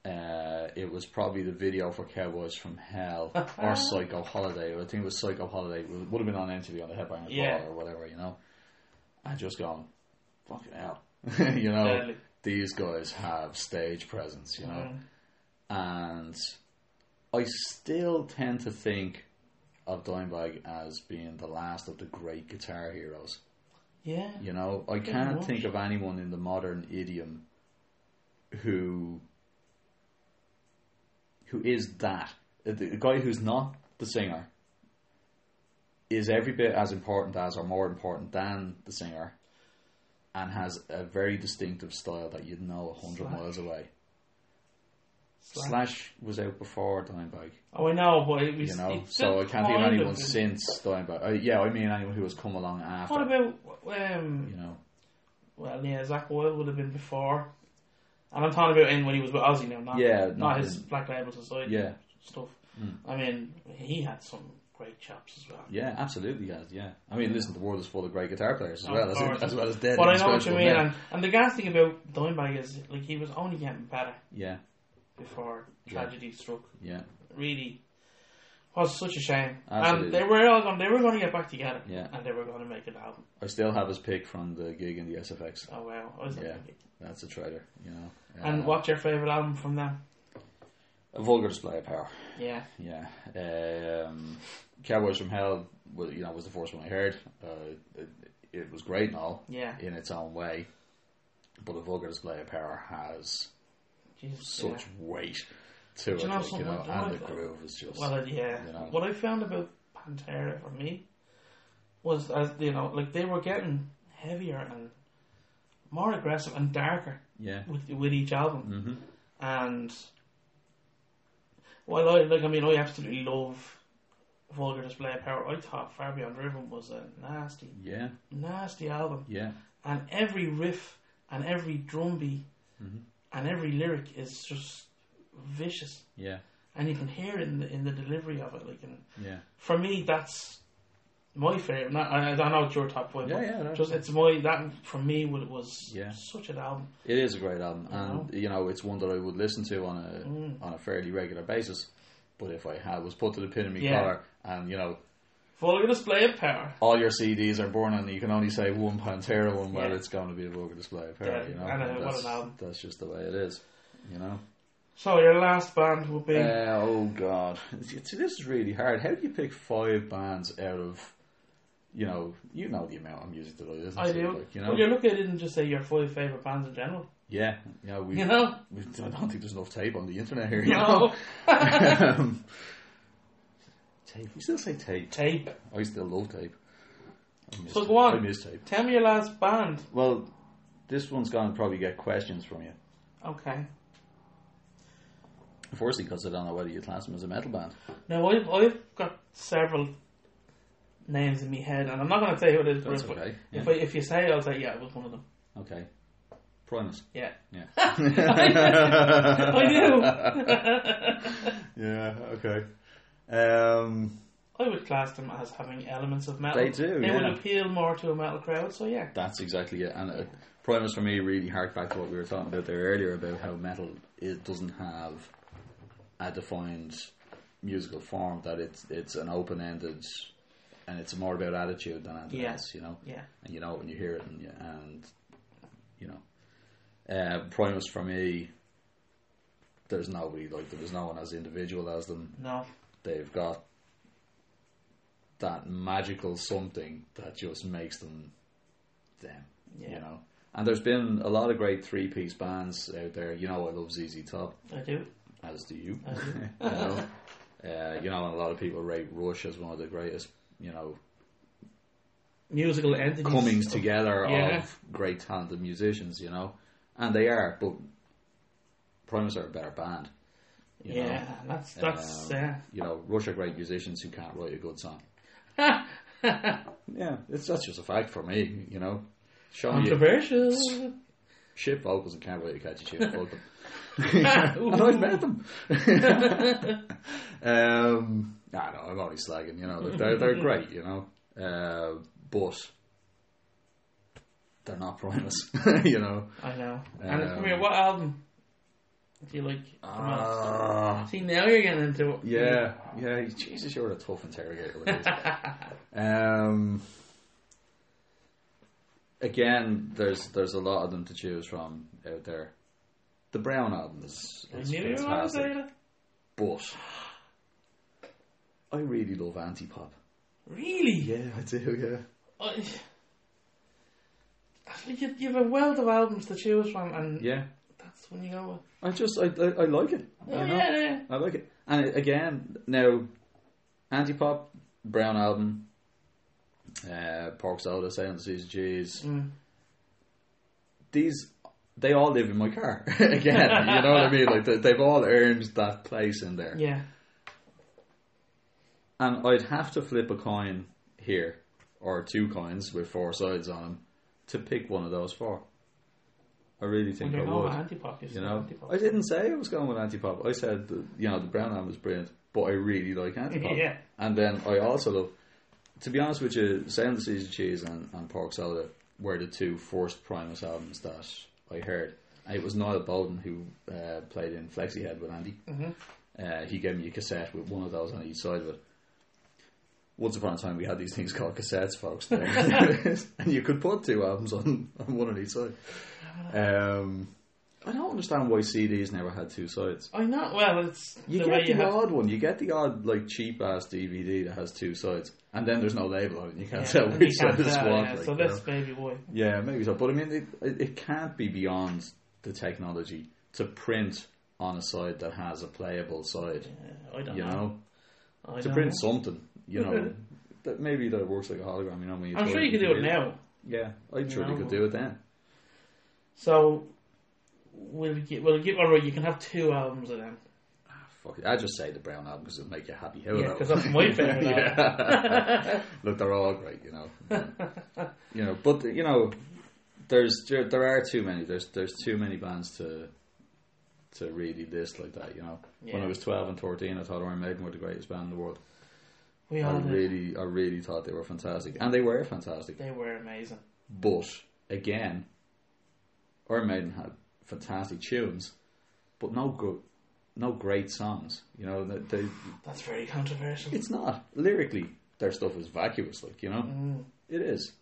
S2: Uh, it was probably the video for Cowboys from Hell or Psycho Holiday. I think it was Psycho Holiday. It would have been on MTV on the headband
S1: Yeah.
S2: or whatever, you know. I just gone, fucking hell, you know.
S1: Deadly. Mm-hmm.
S2: These guys have stage presence, you know
S1: Um,
S2: and I still tend to think of Dimebag as being the last of the great guitar heroes.
S1: Yeah.
S2: You know, I can't think of anyone in the modern idiom who who is that the the guy who's not the singer is every bit as important as or more important than the singer and has a very distinctive style that you'd know a hundred miles away.
S1: Slash.
S2: Slash was out before Dimebag,
S1: Oh, I know, but it was.
S2: you know,
S1: it's
S2: so
S1: still
S2: I can't think of
S1: kind
S2: anyone
S1: in-
S2: since Dimebag. Uh, yeah, I mean anyone who has come along after.
S1: What about um?
S2: you know,
S1: Well, yeah, Zach Wilde would have been before. And I'm talking about in when he was with Ozzy now, not,
S2: Yeah,
S1: not,
S2: not
S1: his
S2: in-
S1: Black Label Society
S2: yeah, Hmm.
S1: stuff. I mean, he had some great chops as well.
S2: yeah, absolutely, guys. Yeah, I mean, listen, the world is full of great guitar players as
S1: Of
S2: well, as,
S1: course.
S2: as well as dead.
S1: But I know what you
S2: indispensable
S1: mean,
S2: men.
S1: and, and the gas thing about Dimebag is like he was only getting better
S2: Yeah,
S1: before tragedy struck.
S2: yeah,
S1: Really, was such a shame.
S2: Absolutely.
S1: And they were all going, they were going to get back together,
S2: Yeah.
S1: and they were going to make an album.
S2: I still have his pick from the gig in the SFX.
S1: Oh well, I was
S2: Yeah,
S1: like,
S2: that's a traitor. You know,
S1: and
S2: Uh,
S1: what's your favorite album from them?
S2: a vulgar display of power.
S1: Yeah,
S2: Yeah, um, Cowboys from Hell was you know was the first one I heard. Uh, it, it was great and all
S1: yeah,
S2: in its own way, but a vulgar display of power has
S1: Jesus,
S2: such weight to it,
S1: you know
S2: like, you
S1: something?
S2: know,
S1: Do you
S2: and
S1: know
S2: the
S1: what-
S2: groove is just
S1: Well, uh, yeah.
S2: you know.
S1: What I found about Pantera for me was, as you know, like they were getting heavier and more aggressive and darker
S2: yeah,
S1: with with each album.
S2: hmm
S1: And while I like, I mean, I absolutely love Vulgar Display of Power. I thought Far Beyond Driven was a nasty,
S2: yeah,
S1: nasty album,
S2: yeah.
S1: and every riff and every drum beat and every lyric is just vicious,
S2: Yeah,
S1: and you can hear it in the, in the delivery of it, like in
S2: yeah,
S1: for me, that's my favorite. Not, I, I don't know it's your top five.
S2: Yeah,
S1: but
S2: yeah, no.
S1: Just it's my that for me what it was
S2: Yeah.
S1: such an album.
S2: it is a great album, and you know it's one that I would listen to on a
S1: Mm.
S2: on a fairly regular basis. But if I had was put to the pin in my
S1: Yeah.
S2: collar, and you know
S1: Vulgar display of power.
S2: all your CDs are born on, you can only say one Pantera one, well,
S1: Yeah.
S2: it's going to be a vulgar display of power.
S1: Yeah,
S2: you know,
S1: I know, what
S2: that's,
S1: an album.
S2: that's just the way it is. You know.
S1: So your last band would be
S2: Uh, oh God, See, this is really hard. How do you pick five bands out of, you know, you know the amount of music that I listen
S1: I
S2: to,
S1: do.
S2: like, you know,
S1: Well, you look at it and just say your five favorite bands in general.
S2: yeah, yeah, we,
S1: You know.
S2: we, I don't think there's enough tape on the internet here. You
S1: No
S2: know, Um, tape. We still say tape.
S1: tape.
S2: I still love tape. I miss
S1: So
S2: tape.
S1: go on.
S2: I miss tape.
S1: Tell me your last band.
S2: Well, this one's going to probably get questions from you.
S1: Okay.
S2: Firstly, because I don't know whether you class them as a metal band.
S1: Now I've I've got several names in my head, and I'm not going to tell you who it is.
S2: That's
S1: but if,
S2: okay,
S1: If,
S2: yeah.
S1: I, if you say, it, I'll say yeah, it was one of them.
S2: Okay. Primus.
S1: Yeah.
S2: Yeah.
S1: I knew.
S2: Yeah, okay. Um,
S1: I would class them as having elements of metal.
S2: They do,
S1: They would
S2: yeah.
S1: appeal more to a metal crowd. So yeah,
S2: that's exactly it. And uh, Primus for me really harked back to what we were talking about there earlier about how metal it doesn't have a defined musical form. That it's it's an open ended, and it's more about attitude than anything
S1: Yeah.
S2: else. You know.
S1: yeah,
S2: and you know it when you hear it, and you, and, you know, uh, Primus for me, there's nobody like them. There's no one as individual as them.
S1: no,
S2: They've got that magical something that just makes them them.
S1: Yeah.
S2: You know, and there's been a lot of great three piece bands out there. You know, I love ZZ Top,
S1: I do.
S2: as do you. you know, uh, you know, and a lot of people rate Rush as one of the greatest. You know,
S1: Musical entities
S2: comings together
S1: Yeah.
S2: of great talented musicians, you know, and they are. But Primus are a better band. You
S1: Yeah,
S2: know?
S1: that's that's.
S2: Um,
S1: uh,
S2: you know, Rush are great musicians who can't write a good song. yeah, it's that's just a fact for me. You know, Sean you
S1: Controversial.
S2: shit vocals and can't write a catchy tune. Fuck them. and I've
S1: Ooh.
S2: met them. um, nah, no, I'm only slagging. You know, like, they're they're great. You know, uh, but they're not Primus. you know.
S1: I know. And
S2: Um, uh,
S1: come here, what album? If you like, romance.
S2: Ah,
S1: see now you're getting into it.
S2: yeah, yeah. Jesus, you're a tough interrogator. With this. um, again, there's there's a lot of them to choose from out there. The Brown album is,
S1: I
S2: is
S1: knew you were gonna say
S2: fantastic,
S1: that.
S2: but I really love anti-pop.
S1: Really?
S2: Yeah, I do. Yeah.
S1: I, I think you, you have a wealth of albums to choose from, and
S2: Yeah.
S1: that's when you go. With.
S2: I just I I, I like it. you
S1: Oh
S2: know?
S1: yeah, yeah.
S2: I like it. And it- again, now, anti pop, Brown album, uh, Pork Soda, Silence Seas G's.
S1: Mm.
S2: These, they all live in my car. again, you know what I mean? Like they, they've all earned that place in there.
S1: yeah.
S2: And I'd have to flip a coin here, or two coins with four sides on them, to pick one of those four. I really think
S1: When you're
S2: I
S1: going
S2: would.
S1: with anti-pop, you,
S2: You
S1: say
S2: know,
S1: anti-pop.
S2: I didn't say I was going with anti-pop. I said, that, you know, the brown album was brilliant, but I really like anti-pop.
S1: Yeah.
S2: And then I also love, to be honest with you, Sound of Season Cheese and, and Pork Soda were the two first Primus albums that I heard. And it was Niall Bowden who uh, played in Flexi Head with Andy.
S1: Mhm.
S2: Uh, he gave me a cassette with one of those on each side of it. Once upon a time, we had these things called cassettes, folks. and you could put two albums on, on one on each side.
S1: Ah.
S2: Um, I don't understand why CDs never had two sides.
S1: I know. Well, it's
S2: You
S1: the way
S2: get
S1: you
S2: the
S1: have.
S2: odd one. You get the odd like cheap ass DVD that has two sides, and then there's no label on it. You can't
S1: yeah,
S2: tell
S1: and
S2: which
S1: you can't
S2: side is
S1: tell,
S2: what.
S1: yeah,
S2: like,
S1: so
S2: you
S1: that's
S2: know.
S1: baby boy.
S2: yeah, maybe so. But I mean, it, it it can't be beyond the technology to print on a side that has a playable side.
S1: Yeah, I don't
S2: You know,
S1: know. I
S2: to
S1: don't
S2: print
S1: know.
S2: something. You know, that maybe that works like a hologram. You know, when you
S1: I'm
S2: throw
S1: sure you could do it
S2: in.
S1: now.
S2: Yeah, I surely
S1: know.
S2: could do it then.
S1: So we'll give. We'll give. All right, you can have two albums of them.
S2: Fuck it. I just say the brown album because it'll make you happy. How
S1: Yeah,
S2: about-
S1: 'cause that's my favourite
S2: Yeah. Look, they're all great, you know. you know, but you know, there's there, there are too many. There's there's too many bands to to really list like that. You know, when
S1: Yeah.
S2: I was twelve and thirteen, I thought Iron Maiden were the greatest band in the world.
S1: We
S2: I
S1: all did.
S2: really, I really thought they were fantastic, and they were fantastic.
S1: They were amazing.
S2: But again, Iron Maiden had fantastic tunes, but no good, no great songs. You know, they, they,
S1: That's very controversial.
S2: it's not lyrically. Their stuff is vacuous, like you know,
S1: Mm.
S2: it is.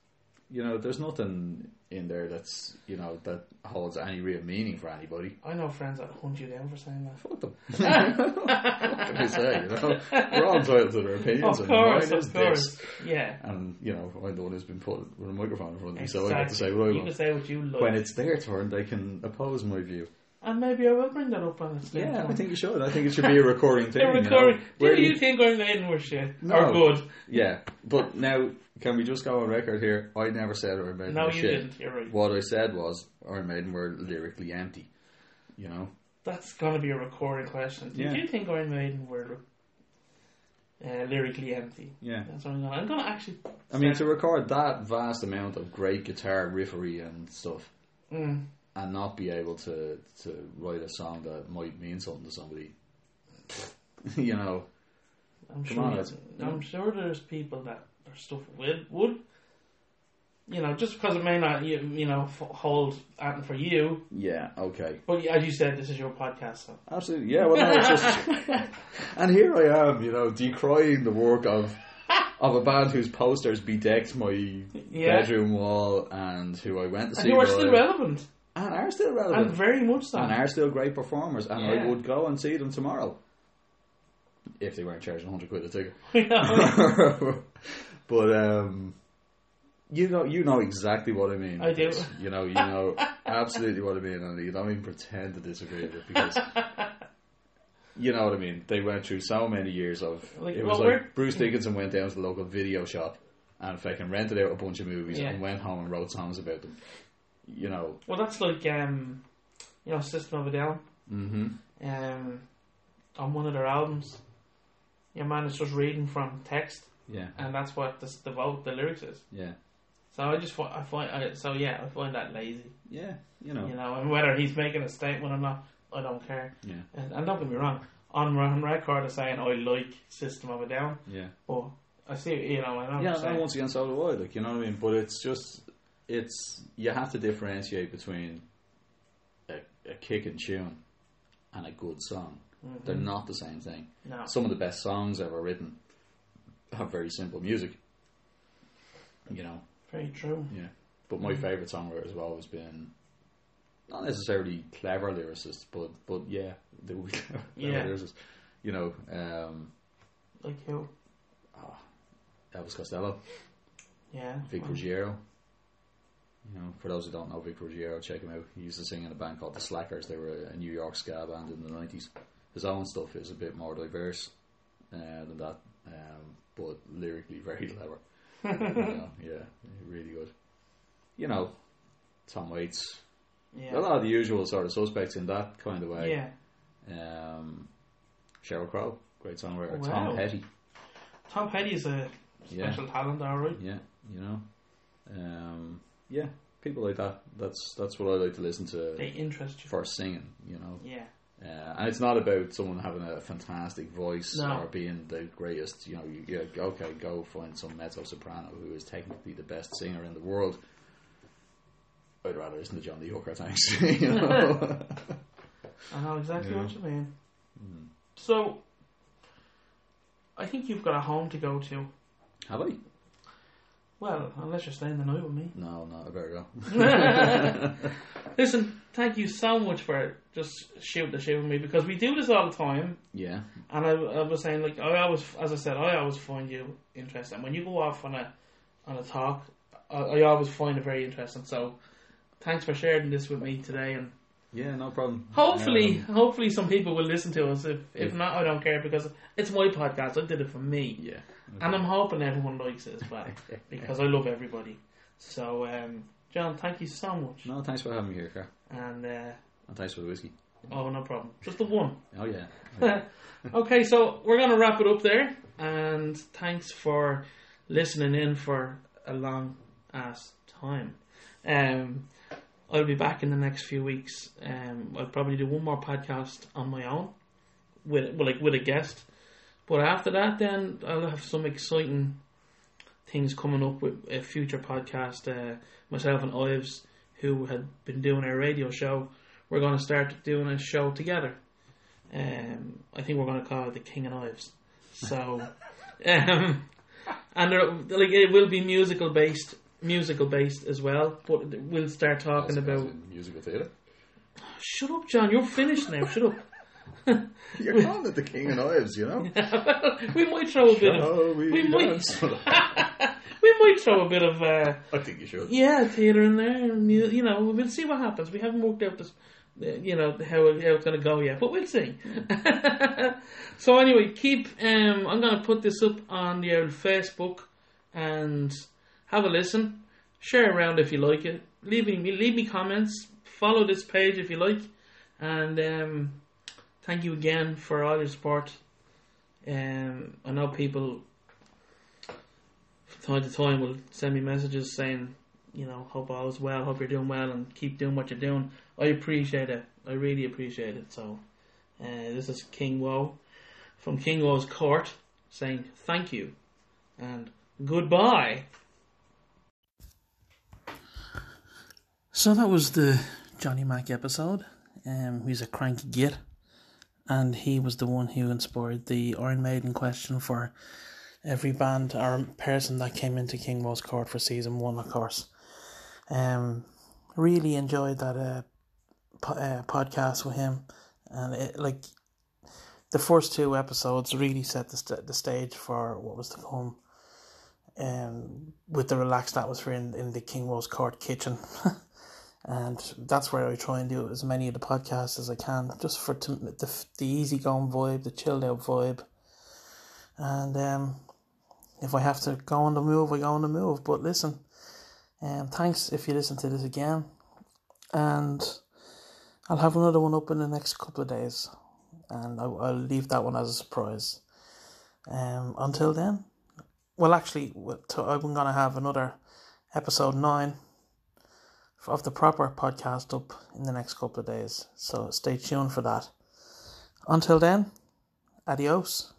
S2: You know, there's nothing in there that's you know that holds any real meaning for anybody.
S1: I know friends that hunt you down for saying that.
S2: Fuck them. what can I say? You know, we're all entitled to their opinions.
S1: Of
S2: and mine
S1: course,
S2: is
S1: of
S2: this.
S1: course. Yeah.
S2: And you know, I'm the one who's been put with a microphone in front of me, so I get to say what I
S1: Exactly. You
S2: want.
S1: can say what you like.
S2: when it's their turn, they can oppose my view.
S1: and maybe I will bring that up on its
S2: Yeah, I
S1: one.
S2: think you should. I think it should be a recurring thing.
S1: They're
S2: you know?
S1: recurring.
S2: Where
S1: Do
S2: do
S1: you
S2: you-
S1: think Iron Maiden were shit?
S2: No.
S1: Or good?
S2: Yeah, but now can we just go on record here? I never said Iron Maiden.
S1: No,
S2: were
S1: you
S2: shit.
S1: didn't. You're right.
S2: What I said was Iron Maiden were lyrically empty. You know,
S1: That's going to be a recurring question. Do
S2: Yeah.
S1: you think Iron Maiden were uh, lyrically empty?
S2: yeah.
S1: That's what I'm going to... I'm going to actually...
S2: I mean, to
S1: start-
S2: record that vast amount of great guitar riffery and stuff,
S1: Mm.
S2: and not be able to to write a song that might mean something to somebody, you know,
S1: I'm
S2: Come
S1: sure.
S2: on,
S1: you-
S2: lads.
S1: I'm sure there's people that their stuff would would. You know, just because it may not you, you know f- hold out for you,
S2: yeah, okay,
S1: but as you said, this is your podcast, so
S2: absolutely, yeah. Well, no, it's just, and here I am, you know, decrying the work of of a band whose posters bedecked my
S1: Yeah.
S2: bedroom wall, and who I went
S1: and
S2: to see,
S1: you are
S2: live,
S1: still relevant
S2: and are still relevant,
S1: and very much so.
S2: and are still great performers, and
S1: Ah. Yeah.
S2: I would go and see them tomorrow if they weren't charging hundred quid a ticket.
S1: You know?
S2: but um, you know, you know exactly what I mean.
S1: I do.
S2: You know, you know absolutely what I mean, and you don't even pretend to disagree with it because. You know what I mean? They went through so many years of
S1: Like,
S2: it was
S1: well, we're-
S2: like Bruce Dickinson went down to the local video shop and fucking rented out a bunch of movies
S1: Yeah.
S2: and went home and wrote songs about them. You know,
S1: well, that's like um, you know, System of a Down.
S2: hmm
S1: Um, on one of their albums, your man is just reading from text,
S2: yeah,
S1: and that's what the the, vo- the lyrics is.
S2: yeah,
S1: So I just fi- I find I, so yeah, I find that lazy.
S2: yeah. You know,
S1: You know, and whether he's making a statement or not, I don't care.
S2: Yeah.
S1: And, and don't get me wrong, on, on record as saying I like System of a Down,
S2: yeah.
S1: but I see, you know, I know.
S2: Yeah,
S1: what you're
S2: and
S1: saying.
S2: once again, so do I. Like, you know what I mean? But it's just, it's you have to differentiate between a, a kick and tune and a good song. They're not the same thing.
S1: No.
S2: Some of the best songs ever written have very simple music. You know,
S1: Very true.
S2: yeah. But my favourite songwriter has always been not necessarily clever lyricists, but but yeah, they were clever
S1: Yeah.
S2: lyricists. You know, um,
S1: Like who?
S2: Elvis Costello,
S1: Yeah.
S2: Vic
S1: well,
S2: Ruggiero. You know, for those who don't know Vic Ruggiero, check him out. He used to sing in a band called the Slackers. They were a New York ska band in the nineties. His own stuff is a bit more diverse uh, than that, um, but lyrically very clever. you know, yeah, really good. You know, Tom Waits,
S1: Yeah.
S2: A lot of the usual sort of suspects in that kind of way.
S1: yeah.
S2: Um, Cheryl Crow, great songwriter.
S1: Wow.
S2: Tom Petty.
S1: Tom Petty's a
S2: Yeah.
S1: special talent, alright.
S2: Yeah, you know. Um, yeah, people like that. That's that's what I like to listen
S1: They
S2: to
S1: interest you.
S2: for singing, you know.
S1: Yeah.
S2: Uh, and it's not about someone having a fantastic voice
S1: No.
S2: or being the greatest, you know, you, you're like, okay, go find some mezzo soprano who is technically the best singer in the world. I'd rather listen to John Lee Hooker, thanks. you know?
S1: I know exactly
S2: Yeah.
S1: what you mean. So, I think you've got a home to go to.
S2: Have I?
S1: Well, unless you're staying the night with me.
S2: No, no, I better go.
S1: Listen, thank you so much for just shooting the shit with me because we do this all the time.
S2: Yeah,
S1: And I, I was saying, like, I always, as I said, I always find you interesting. When you go off on a on a talk, I, I always find it very interesting. So, thanks for sharing this with me today. And
S2: yeah, no problem.
S1: hopefully,
S2: Um,
S1: hopefully, some people will listen to us. If if
S2: If-
S1: not, I don't care because it's my podcast. I did it for me,
S2: yeah,
S1: and I'm hoping everyone likes it as well because I love everybody. So, um, John, thank you so much.
S2: no, thanks for having me here, Car,
S1: And uh,
S2: and thanks for the whiskey.
S1: oh, no problem. Just the one.
S2: Oh yeah,
S1: okay, so we're going to wrap it up there. And thanks for listening in for a long ass time. Um, I'll be back in the next few weeks. Um, I'll probably do one more podcast on my own with well, like with a guest. But after that, then I'll have some exciting things coming up with a future podcast. Uh, myself and Ives, who had been doing our radio show, we're going to start doing a show together. Um, I think we're going to call it the King and Ives. So, um, and there, like it will be musical based, musical based as well. But we'll start talking about.
S2: musical theatre.
S1: Shut up, John. You're finished now. Shut up.
S2: You're calling it the King and Ives, you know.
S1: we might throw a bit of.
S2: Oh, we,
S1: We might.
S2: dance.
S1: We might throw a bit of. Uh,
S2: I think you should.
S1: yeah, theatre in there. and mu- You know, we'll see what happens. We haven't worked out this, uh, you know, how, it- how it's going to go yet, but we'll see. so anyway, keep. Um, I'm going to put this up on the old Facebook and have a listen. Share around if you like it. Leave me leave me comments. Follow this page if you like, and um, thank you again for all your support. Um, I know people from time to time will send me messages saying, you know, hope all is well, hope you're doing well, and keep doing what you're doing. I appreciate it. I really appreciate it. So, uh, this is King Woe from King Woe's court saying thank you and goodbye. So that was the Johnny Mac episode. Um, he's a cranky git, and he was the one who inspired the Iron Maiden question for every band or person that came into King Rose Court for season one, of course. Um, really enjoyed that uh, po- uh, podcast with him, and it like the first two episodes really set the st- the stage for what was to come. Um, with the relaxed atmosphere in, in the King Rose Court kitchen. And that's where I try and do as many of the podcasts as I can, just for to, the, the easygoing vibe, the chilled out vibe, and um, if I have to go on the move, I go on the move. But listen, um, thanks if you listen to this again, and I'll have another one up in the next couple of days, and I, I'll leave that one as a surprise. Um, until then, well, actually, w- to- I'm gonna have another episode nine of the proper podcast up in the next couple of days, so stay tuned for that. Until then, adios.